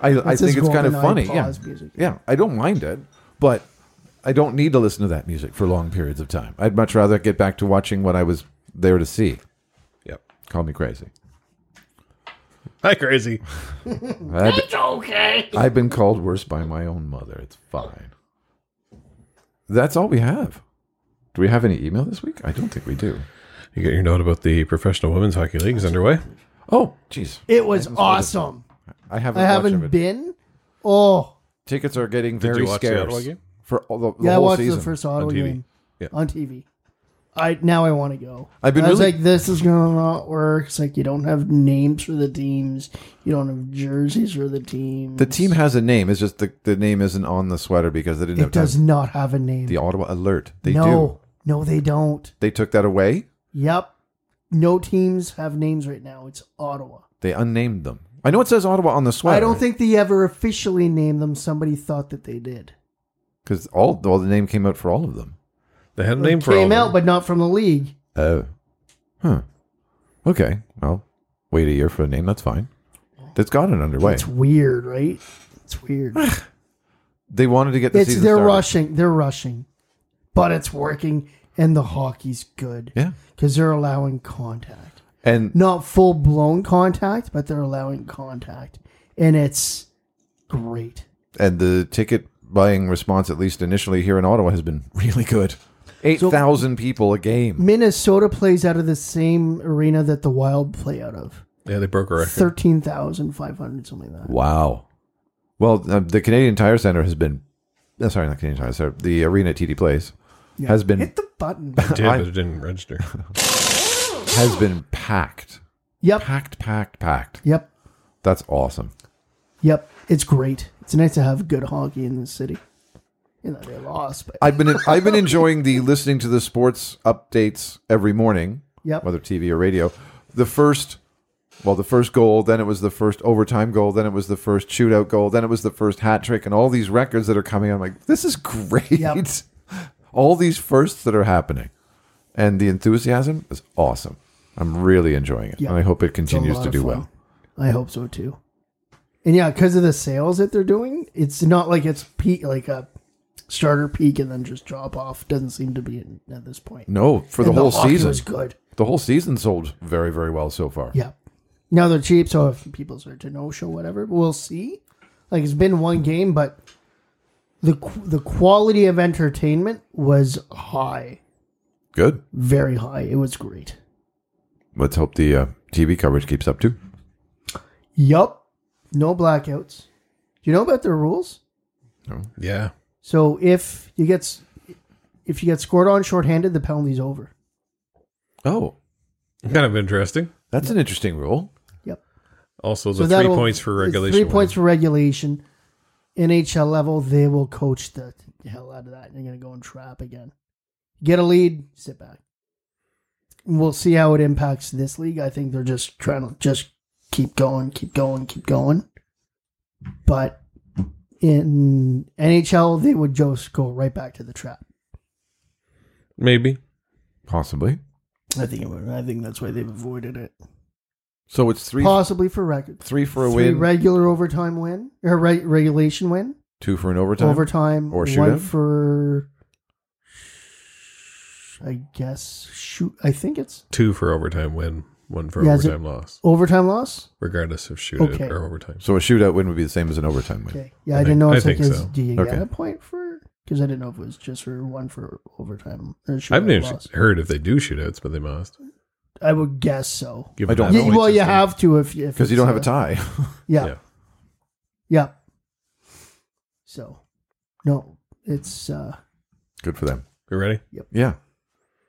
S4: I I
S5: That's
S4: think
S5: his
S4: it's kind of
S5: GoldenEye
S4: funny. Yeah,
S5: pause music.
S4: yeah. I don't mind it, but I don't need to listen to that music for long periods of time. I'd much rather get back to watching what I was there to see.
S6: Yep.
S4: Call me crazy.
S6: Hi, crazy.
S4: it's okay. I've been called worse by my own mother. It's fine. That's all we have. Do we have any email this week? I don't think we do.
S6: You get your note about the professional women's hockey league is underway.
S4: Oh, jeez.
S5: It was awesome.
S4: I haven't.
S5: I
S4: watched
S5: haven't
S4: it.
S5: been. Oh,
S4: Tickets are getting
S6: you
S4: very
S6: watch the
S4: scarce
S6: Ottawa game?
S4: for all the, the
S5: yeah, I
S4: whole
S5: watched
S4: season.
S5: the first Ottawa
S6: TV.
S5: game
S6: Yeah.
S5: on TV. I now I want to go.
S4: I've been
S5: I was
S4: really-
S5: like, this is gonna not work. It's like you don't have names for the teams. You don't have jerseys for the teams.
S4: the team has a name. It's just the, the name isn't on the sweater because they didn't
S5: it
S4: have time.
S5: does not have a name.
S4: The Ottawa Alert. They
S5: no,
S4: do.
S5: no, they don't.
S4: They took that away.
S5: Yep, no teams have names right now. It's Ottawa.
S4: They unnamed them. I know it says Ottawa on the sweater.
S5: I don't think they ever officially named them. Somebody thought that they did.
S4: because all, all the name came out for all of them.
S6: They had a name for all
S5: Came
S6: of
S5: out,
S6: them.
S5: but not from the league.
S4: Oh. Huh. Okay. Well, wait a year for a name. That's fine. That's got it underway.
S5: It's weird, right? It's weird.
S4: They wanted to get the
S5: it's
S4: season
S5: they're
S4: started.
S5: rushing they're rushing but it's working and the hockey's good
S4: Yeah.
S5: because they're allowing contact
S4: And
S5: not full-blown contact but they're allowing contact and it's great
S4: and the ticket buying response, at least initially here in Ottawa, has been really good. Eight thousand people a game.
S5: minnesota plays out of the same arena that the wild play out of
S6: Yeah, they broke a record.
S5: 13500 something like that
S4: Wow. Well, uh, the Canadian Tire Center has been, uh, sorry, not Canadian Tire Center, the arena at TD Place has been
S5: Hit the button.
S6: Did,
S4: I-
S6: but it didn't register.
S4: has been packed,
S5: yep.
S4: packed, packed, packed.
S5: Yep.
S4: That's awesome.
S5: Yep. It's great. It's nice to have good hockey in this city. You know, they lost, but
S4: I've been I've been enjoying the listening to the sports updates every morning,
S5: Yep.
S4: whether TV or radio. The first, well, the first goal, then it was the first overtime goal, then it was the first shootout goal, then it was the first hat trick, and all these records that are coming. I'm like, this is great.
S5: Yep.
S4: All these firsts that are happening, and the enthusiasm is awesome. I'm really enjoying it,
S5: Yep.
S4: and I hope it
S5: it's a
S4: continues
S5: lot
S4: to
S5: of
S4: do
S5: fun.
S4: well.
S5: I hope so too. And yeah, because of the sales that they're doing, it's not like it's peak, like a starter peak and then just drop off. Doesn't seem to be in- at this point.
S4: No, for the
S5: And
S4: whole
S5: hockey
S4: season,
S5: was good.
S4: the whole season sold very, very well so far.
S5: Yeah. Now they're cheap, so if people start to no show, whatever, we'll see. Like it's been one game, but the qu- the quality of entertainment was high,
S4: Good.
S5: very high. It was great.
S4: Let's hope the uh, TV coverage keeps up too.
S5: Yup. No blackouts. Do you know about their rules?
S6: yeah.
S5: So if you get s- if you get scored on shorthanded, the penalty's over.
S4: Oh,
S6: Kind of interesting.
S4: That's an interesting rule.
S5: Yep.
S6: Also,
S5: So
S6: the three
S5: that'll-
S6: points for
S5: it's
S6: regulation.
S5: Three
S6: win.
S5: points for regulation. NHL level, they will coach the hell out of that. They're going to go and trap again. Get a lead, sit back. We'll see how it impacts this league. I think they're just trying to just keep going, keep going, keep going. But in NHL, they would just go right back to the trap.
S6: Maybe.
S4: Possibly.
S5: I think it would, I think that's why they've avoided it.
S4: So it's three,
S5: Possibly for record.
S4: three for a
S5: Three
S4: win,
S5: regular overtime win or re- regulation win.
S4: two for an overtime.
S5: overtime
S4: Or
S5: one
S4: shootout?
S5: for I guess shoot I think it's
S6: Two for overtime win, one for
S5: Yeah, is it-
S6: overtime loss,
S5: overtime loss.
S6: regardless of shoot
S5: Okay.
S6: or overtime.
S4: So a shootout win would be the same as an overtime win.
S5: Okay. Yeah, I,
S6: I
S5: didn't
S6: think-
S5: know
S6: I
S5: it's like
S6: think
S5: is,
S6: so.
S5: do you
S4: Okay.
S5: get a point for because I didn't know if it was just for one for overtime or shootout
S6: I've never
S5: loss.
S6: heard if they do shootouts, but they must.
S5: I would guess so.
S6: Given
S4: I don't
S6: that
S5: You-
S4: know.
S6: point
S5: well, you
S6: system.
S5: have to if if
S4: Because you
S5: it's,
S4: don't have a
S5: uh,
S4: tie.
S5: Yeah.
S6: Yeah.
S5: yeah. So, no, it's uh
S4: Good for them.
S6: You ready?
S4: Yeah.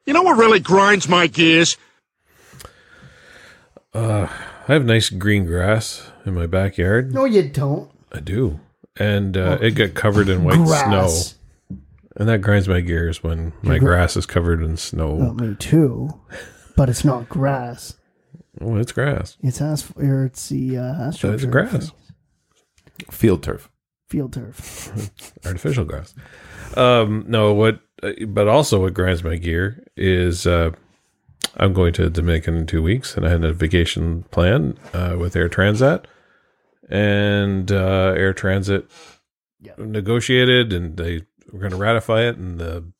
S3: You know what really grinds my gears?
S6: I have nice green grass in my backyard.
S5: no, you don't.
S6: I do. And uh, it got covered in white
S5: Grass.
S6: snow. And that grinds my gears when my grass is covered in
S5: Well,
S6: snow.
S5: me too, but it's not grass.
S6: Oh, it's grass.
S5: It's asp- or it's the uh, astroturf.
S6: It's grass.
S4: Field turf.
S5: Field turf.
S6: artificial grass. Um, no, what, but also what grinds my gear is uh, I'm going to Dominican in two weeks, and I had a vacation plan uh, with Air Transat, and uh, Air Transit
S5: Yeah.
S6: negotiated, and they were going to ratify it, and the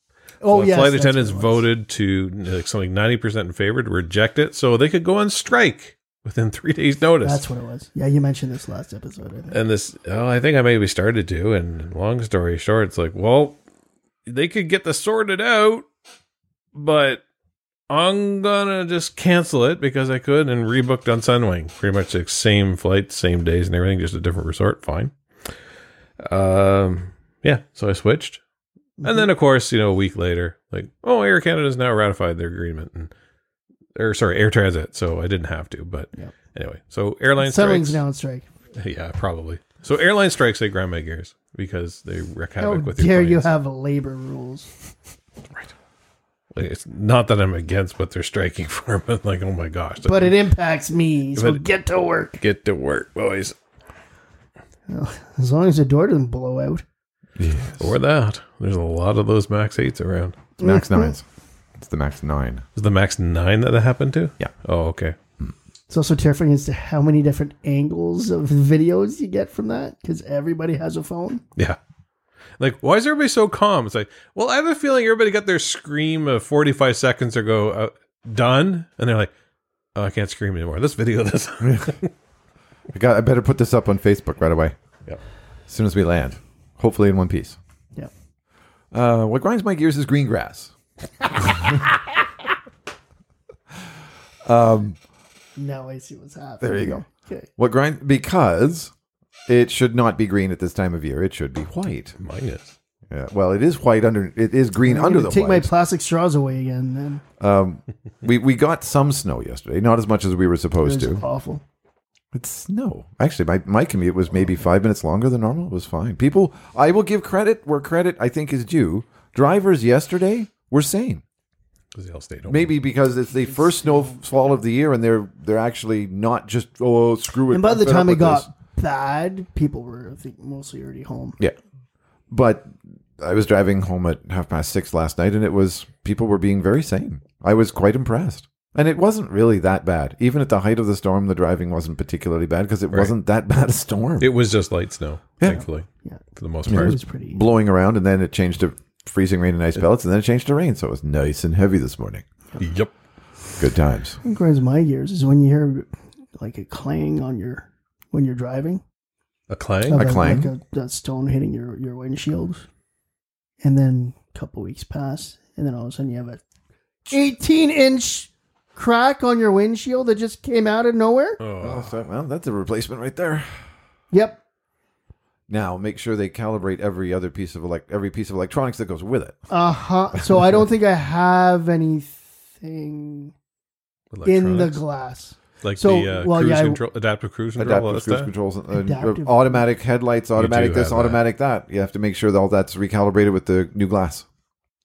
S5: Oh,
S6: fl-
S5: yes,
S6: flight
S5: that's
S6: attendants
S5: what it was.
S6: voted to like something ninety percent in favor to reject it, so they could go on strike within three days' notice.
S5: That's what it was. Yeah, you mentioned this last episode. I think.
S6: And this, oh, I think I maybe started to. And long story short, it's like, well, they could get this sorted out, but I'm gonna just cancel it because I could and rebooked on Sunwing. Pretty much the same flight, same days and everything, just a different resort. Fine. Um, yeah, so I switched. And then, of course, you know, a week later, like, oh, Air Canada's now ratified their agreement, and or sorry, Air Transit. So I didn't have to, but
S5: Yep.
S6: anyway. So airline
S5: Settling's
S6: strikes-
S5: now on strike.
S6: yeah, probably. So airline strikes they grind my gears because they wreak
S5: How
S6: havoc with your
S5: dare you
S6: planes.
S5: have labor rules?
S6: Like, it's not that I'm against what they're striking for, but like, oh my gosh,
S5: But it impacts me, so
S6: But-
S5: get to work.
S6: get to work, boys,
S5: As long as the door doesn't blow out.
S6: or that. There's a lot of those Max eights around.
S4: It's max
S5: Mm-hmm.
S4: nines. It's the max nine.
S6: Was the Max nine that that happened to?
S4: Yeah.
S6: Oh, okay.
S5: It's also terrifying as to how many different angles of videos you get from that because everybody has a phone.
S6: Yeah. Like, why is everybody so calm? It's like, well, I have a feeling everybody got their scream of 45 seconds ago uh, done, and they're like, oh, I can't scream anymore. Let's video this.
S4: I got. I better put this up on Facebook right away.
S6: Yep.
S4: As soon as we land, hopefully in one piece.
S5: Yeah.
S4: Uh, what grinds my gears is green grass.
S5: Now I see what's happening.
S4: There you go.
S5: Okay.
S4: What grind because it should not be green at this time of year. It should be white.
S6: Mine is.
S4: Yeah. Well, it is white under. It is green
S5: I'm
S4: under
S5: gonna
S4: the
S5: take my
S4: white.
S5: plastic straws away again. Then
S4: we we got some snow yesterday, not as much as we were
S5: it
S4: supposed
S5: was
S4: to.
S5: awful.
S4: It's snow. Actually, my, my commute was maybe five minutes longer than normal. It was fine. People, I will give credit where credit I think is due. Drivers yesterday were sane.
S6: Because they all stayed home.
S4: Maybe because it's the first snowfall of the year, and they're they're actually not just oh screw it.
S5: And by
S4: I'm
S5: the
S4: fed up
S5: time it
S4: with
S5: got
S4: this."
S5: bad, people were I think mostly already home.
S4: Yeah. But I was driving home at half past six last night and it was people were being very sane. I was quite impressed. And it wasn't really that bad. Even at the height of the storm, the driving wasn't particularly bad because it wasn't that bad a storm.
S6: It was just light snow,
S4: Yeah.
S6: thankfully,
S5: Yeah.
S6: for the most
S5: It
S6: part.
S5: was pretty.
S4: blowing around and then it changed to freezing rain and ice pellets and then it changed to rain. So it was nice and heavy this morning.
S6: Yep.
S4: Good times.
S5: What grinds my gears is when you hear like a clang on your when you're driving.
S6: A clang.
S5: Of
S4: A clang?
S5: Like a, that stone hitting your, your windshield. And then a couple weeks pass, and then all of a sudden you have a 18 inch crack on your windshield that just came out of nowhere.
S4: Oh, so- well, that's a replacement right there.
S5: Yep.
S4: Now make sure they calibrate every other piece of elect- every piece of electronics that goes with it.
S5: Uh huh. So I don't think I have anything in the
S6: Electronics.
S5: glass.
S6: like
S5: so,
S6: the uh,
S5: well,
S6: cruise
S5: yeah, I-
S6: control, adaptive cruise control, all
S4: adaptive
S6: that
S4: cruise
S6: stuff?
S4: controls, uh,
S5: Adaptive.
S4: uh, automatic headlights, automatic
S6: do
S4: this,
S6: have
S4: automatic that. You have to make sure that all that's recalibrated with the new glass.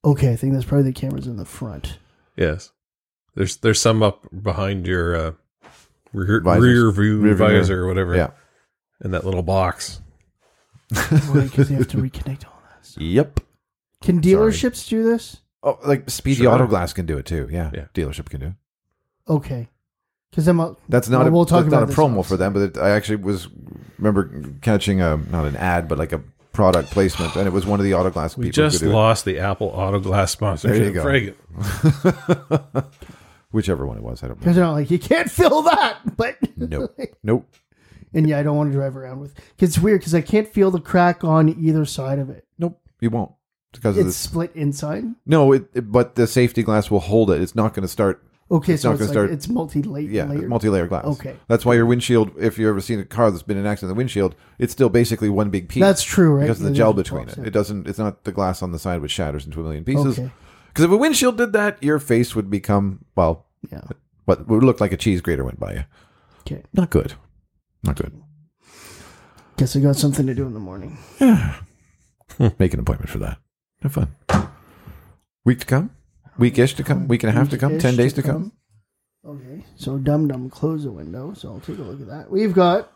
S5: Okay, I think that's probably the cameras in the front.
S6: Yes. There's there's some up behind your uh, rear,
S4: Visors.
S6: rear view
S4: Rear view mirror.
S6: visor or whatever.
S4: Yeah.
S6: In that little box.
S5: Because they have to reconnect all this.
S4: Yep.
S5: Can dealerships do this?
S4: Oh, like Speedy
S6: Sure.
S4: Auto Glass can do it too. Yeah.
S6: Yeah.
S4: Dealership can do. it.
S5: Okay. Because I'm a,
S4: That's not
S5: Well,
S4: a,
S5: we'll talk
S4: that's not
S5: about
S4: a
S5: this
S4: promo
S5: else.
S4: for them, but it, I actually was remember catching a not an ad, but like a product placement, and it was one of the Auto Glass
S6: We
S4: people who
S6: just
S4: do it.
S6: lost the Apple Auto Glass sponsorship.
S4: There you go.
S6: Friggin'.
S4: whichever one it was. I don't remember.
S5: because they're not like you can't fill that, but
S4: Nope. Nope.
S5: and yeah, I don't want to drive around with. 'cause it's weird because I can't feel the crack on either side of it.
S4: Nope. You won't because of this.
S5: It's split inside.
S4: No, it, it- but the safety glass will hold it. It's not going to start
S5: Okay,
S4: It's
S5: so
S4: not
S5: it's like
S4: gonna start-
S5: it's multi-layered.
S4: Yeah, multi-layer glass.
S5: Okay.
S4: that's why your windshield. If you have ever seen a car that's been in an accident, the windshield it's still basically one big piece.
S5: That's true, right?
S4: Because of the
S5: There's
S4: gel
S5: a
S4: between it.
S5: box, yeah.
S4: It doesn't. It's not the glass on the side which shatters into a million pieces.
S5: Okay.
S4: Because if a windshield did that, your face would become well,
S5: Yeah.
S4: what would look like a cheese grater went by you.
S5: Okay.
S4: Not good. Not good.
S5: Guess I got something to do in the morning. Hmm.
S4: Make an appointment for that. Have fun. Week to come. Weekish to come. Week and a half to come. Ten
S5: Week-ish
S4: days to come.
S5: Okay. So dum dum close the window. So I'll take a look at that. We've got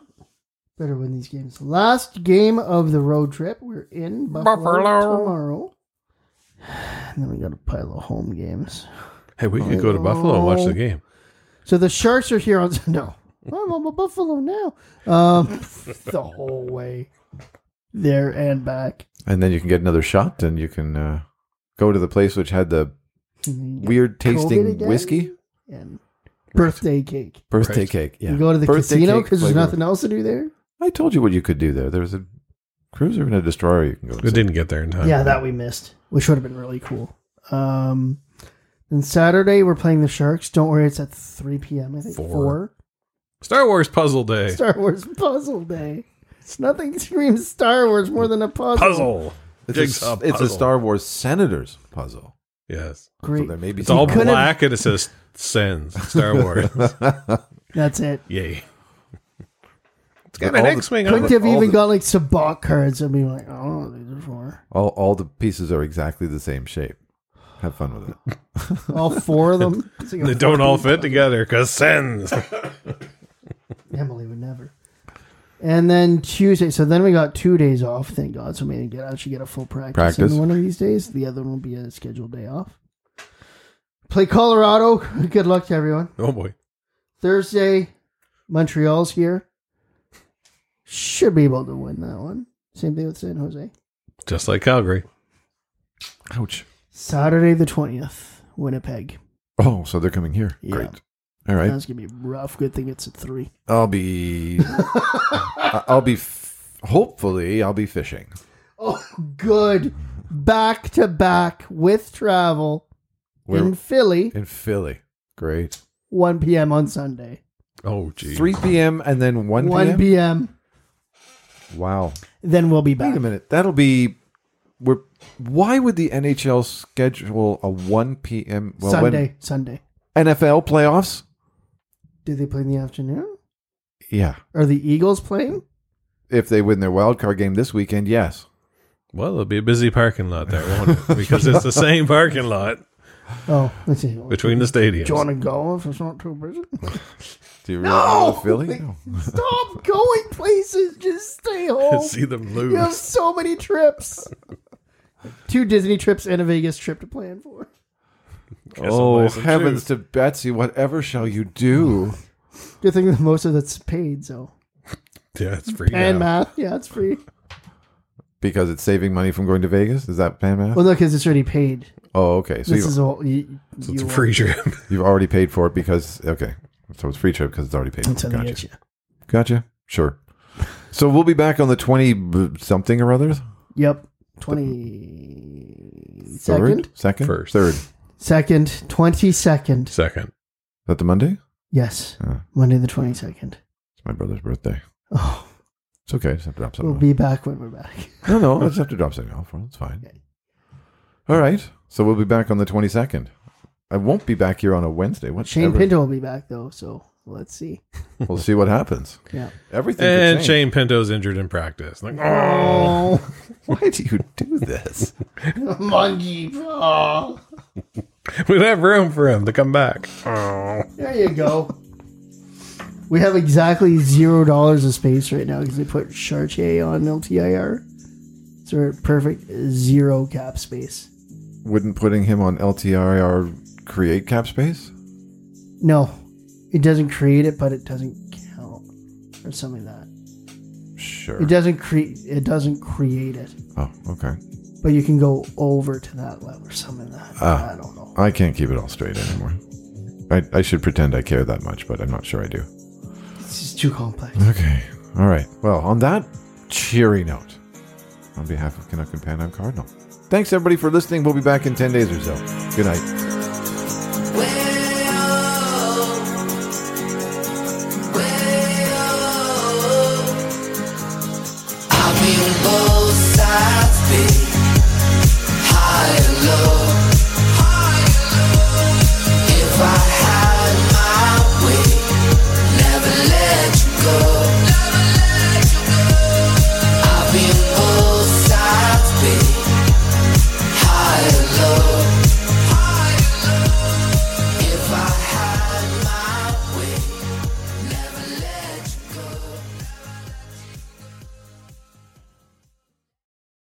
S5: better win these games. Last game of the road trip. We're in Buffalo, tomorrow. And then we got a pile of home games.
S6: Hey, we could go to Buffalo and watch
S5: Oh.
S6: the game.
S5: So the Sharks are here on no. I'm on a Buffalo now. Um, the whole way there and back.
S4: And then you can get another shot, and you can uh, go to the place which had the
S5: And then you
S4: weird
S5: get Mm-hmm. COVID
S4: tasting
S5: again
S4: whiskey.
S5: and birthday cake.
S4: Birthday
S6: Right.
S4: cake. Yeah.
S5: You go to the
S4: Birthday
S5: casino
S4: cake
S5: because there's
S4: flavor.
S5: nothing else to do there.
S4: I told you what you could do there. There's a cruiser and a destroyer you can go
S6: We
S4: to.
S6: didn't get there in time.
S5: Yeah, that we missed, which would have been really cool. Um, then Saturday we're playing the Sharks. Don't worry, it's at three p.m. I think
S6: Four.
S5: four.
S6: Star Wars Puzzle Day.
S5: Star Wars Puzzle Day. It's nothing screams Star Wars more than a puzzle.
S6: puzzle.
S4: It's, a,
S6: Jigsaw
S4: it's a
S6: puzzle.
S4: Star Wars Senators puzzle.
S6: Yes.
S4: So
S5: Great.
S4: there may be
S6: It's all
S5: could've-
S6: black and it says sends Star Wars.
S5: That's it.
S6: Yay. It's
S4: got
S6: got an
S4: all the-
S6: X-wing on
S5: Couldn't
S6: it.
S5: have
S4: all
S5: even
S4: the-
S5: got like Sabak cards and be like, oh, these are four.
S4: all, all the pieces are exactly the same shape. Have fun with it.
S5: All four of them. It's like a
S6: They don't all fit together because sends.
S5: Emily would never. And then Tuesday, so then we got two days off. Thank God, so we didn't get actually get a full practice,
S4: Practice.
S5: in one of these days. The other one will be a scheduled day off. Play Colorado. Good luck to everyone.
S6: Oh boy.
S5: Thursday, Montreal's here. Should be able to win that one. Same thing with San Jose.
S6: Just like Calgary.
S4: Ouch.
S5: Saturday the twentieth, Winnipeg.
S4: Oh, so they're coming here.
S5: Yeah.
S4: Great. All right.
S5: That's gonna be rough. Good thing it's at three.
S4: I'll be. I- I'll be. F- hopefully, I'll be fishing.
S5: Oh, good. Back to back with travel
S4: Where-
S5: in Philly,
S4: in Philly. Great.
S5: 1 p.m. on Sunday.
S6: Oh geez.
S4: 3 p.m. and then 1 p.m.
S5: 1 p.m.
S4: wow.
S5: Then we'll be back.
S4: Wait a minute. That'll be we're why would the NHL schedule a 1 p.m. well, when-
S5: Sunday. Sunday.
S4: NFL playoffs?
S5: Do they play in the afternoon?
S4: Yeah.
S5: Are the Eagles playing?
S4: If they win their wild card game this weekend, yes.
S6: Well, it'll be a busy parking lot there, won't it? Because it's the same parking lot
S5: Oh, let's see.
S6: between the stadiums.
S5: Do you want to go if it's not too busy?
S4: Do you really want
S5: No!
S4: to Philly? No.
S5: Stop going places. Just stay home.
S6: see them
S5: You have
S6: lose.
S5: so many trips. Two Disney trips and a Vegas trip to plan for.
S6: Guess I'll
S4: Oh
S6: buy some
S4: heavens
S6: shoes.
S4: to Betsy! Whatever shall you do?
S5: Good thing that most of that's paid, so.
S6: Yeah, it's free.
S5: And
S6: now.
S5: math. Yeah, it's free.
S4: Because it's saving money from going to Vegas. Is that pan math?
S5: Well, no, because it's already paid.
S4: Oh, okay. So
S5: This
S4: you,
S5: is all. You,
S6: So it's
S5: you
S6: a free trip.
S4: you've already paid for it because okay. So it's free trip because it's already paid.
S5: It's on the
S4: Gotcha.
S5: edge, yeah.
S4: Gotcha. Sure. So we'll be back on the twenty b- something or other.
S5: Yep. 22nd.
S4: Third, second,
S6: First.
S4: third. Is
S5: Second. 22nd.
S6: Second.
S4: that the Monday?
S5: Yes.
S4: Ah.
S5: Monday the 22nd.
S4: It's my brother's birthday.
S5: Oh,
S4: It's okay. I just have to drop something.
S5: we'll
S4: off.
S5: be back when we're back.
S4: no, no. I just have to drop something off. Well, it's fine. All right. So we'll be back on the twenty second. I won't be back here on a Wednesday. What
S5: Shane Pinto will be back, though, so let's see.
S4: We'll see what happens.
S5: Yeah.
S4: Everything could
S6: And
S4: change.
S6: Shane Pinto's injured in practice. Like, oh,
S5: Oh,
S4: Why do you do this?
S5: monkey. Oh.
S6: we'd have room for him to come back.
S5: There you go. We have exactly zero dollars of space right now because we put Chartier on LTIR. So we're at perfect zero cap space.
S4: Wouldn't putting him on LTIR create cap space?
S5: No, it doesn't create it, but it doesn't count or something like that.
S4: Sure.
S5: It doesn't create. It doesn't create it,
S4: Oh, okay.
S5: but you can go over to that level or something like that. I don't know.
S4: I can't keep it all straight anymore. I, I should pretend I care that much, but I'm not sure I do.
S5: It's just too complex.
S4: Okay. All right. Well, on that cheery note, on behalf of Canuck and Pan, I'm Cardinal. Thanks, everybody, for listening. We'll be back in 10 days or so. Good night.
S7: Well,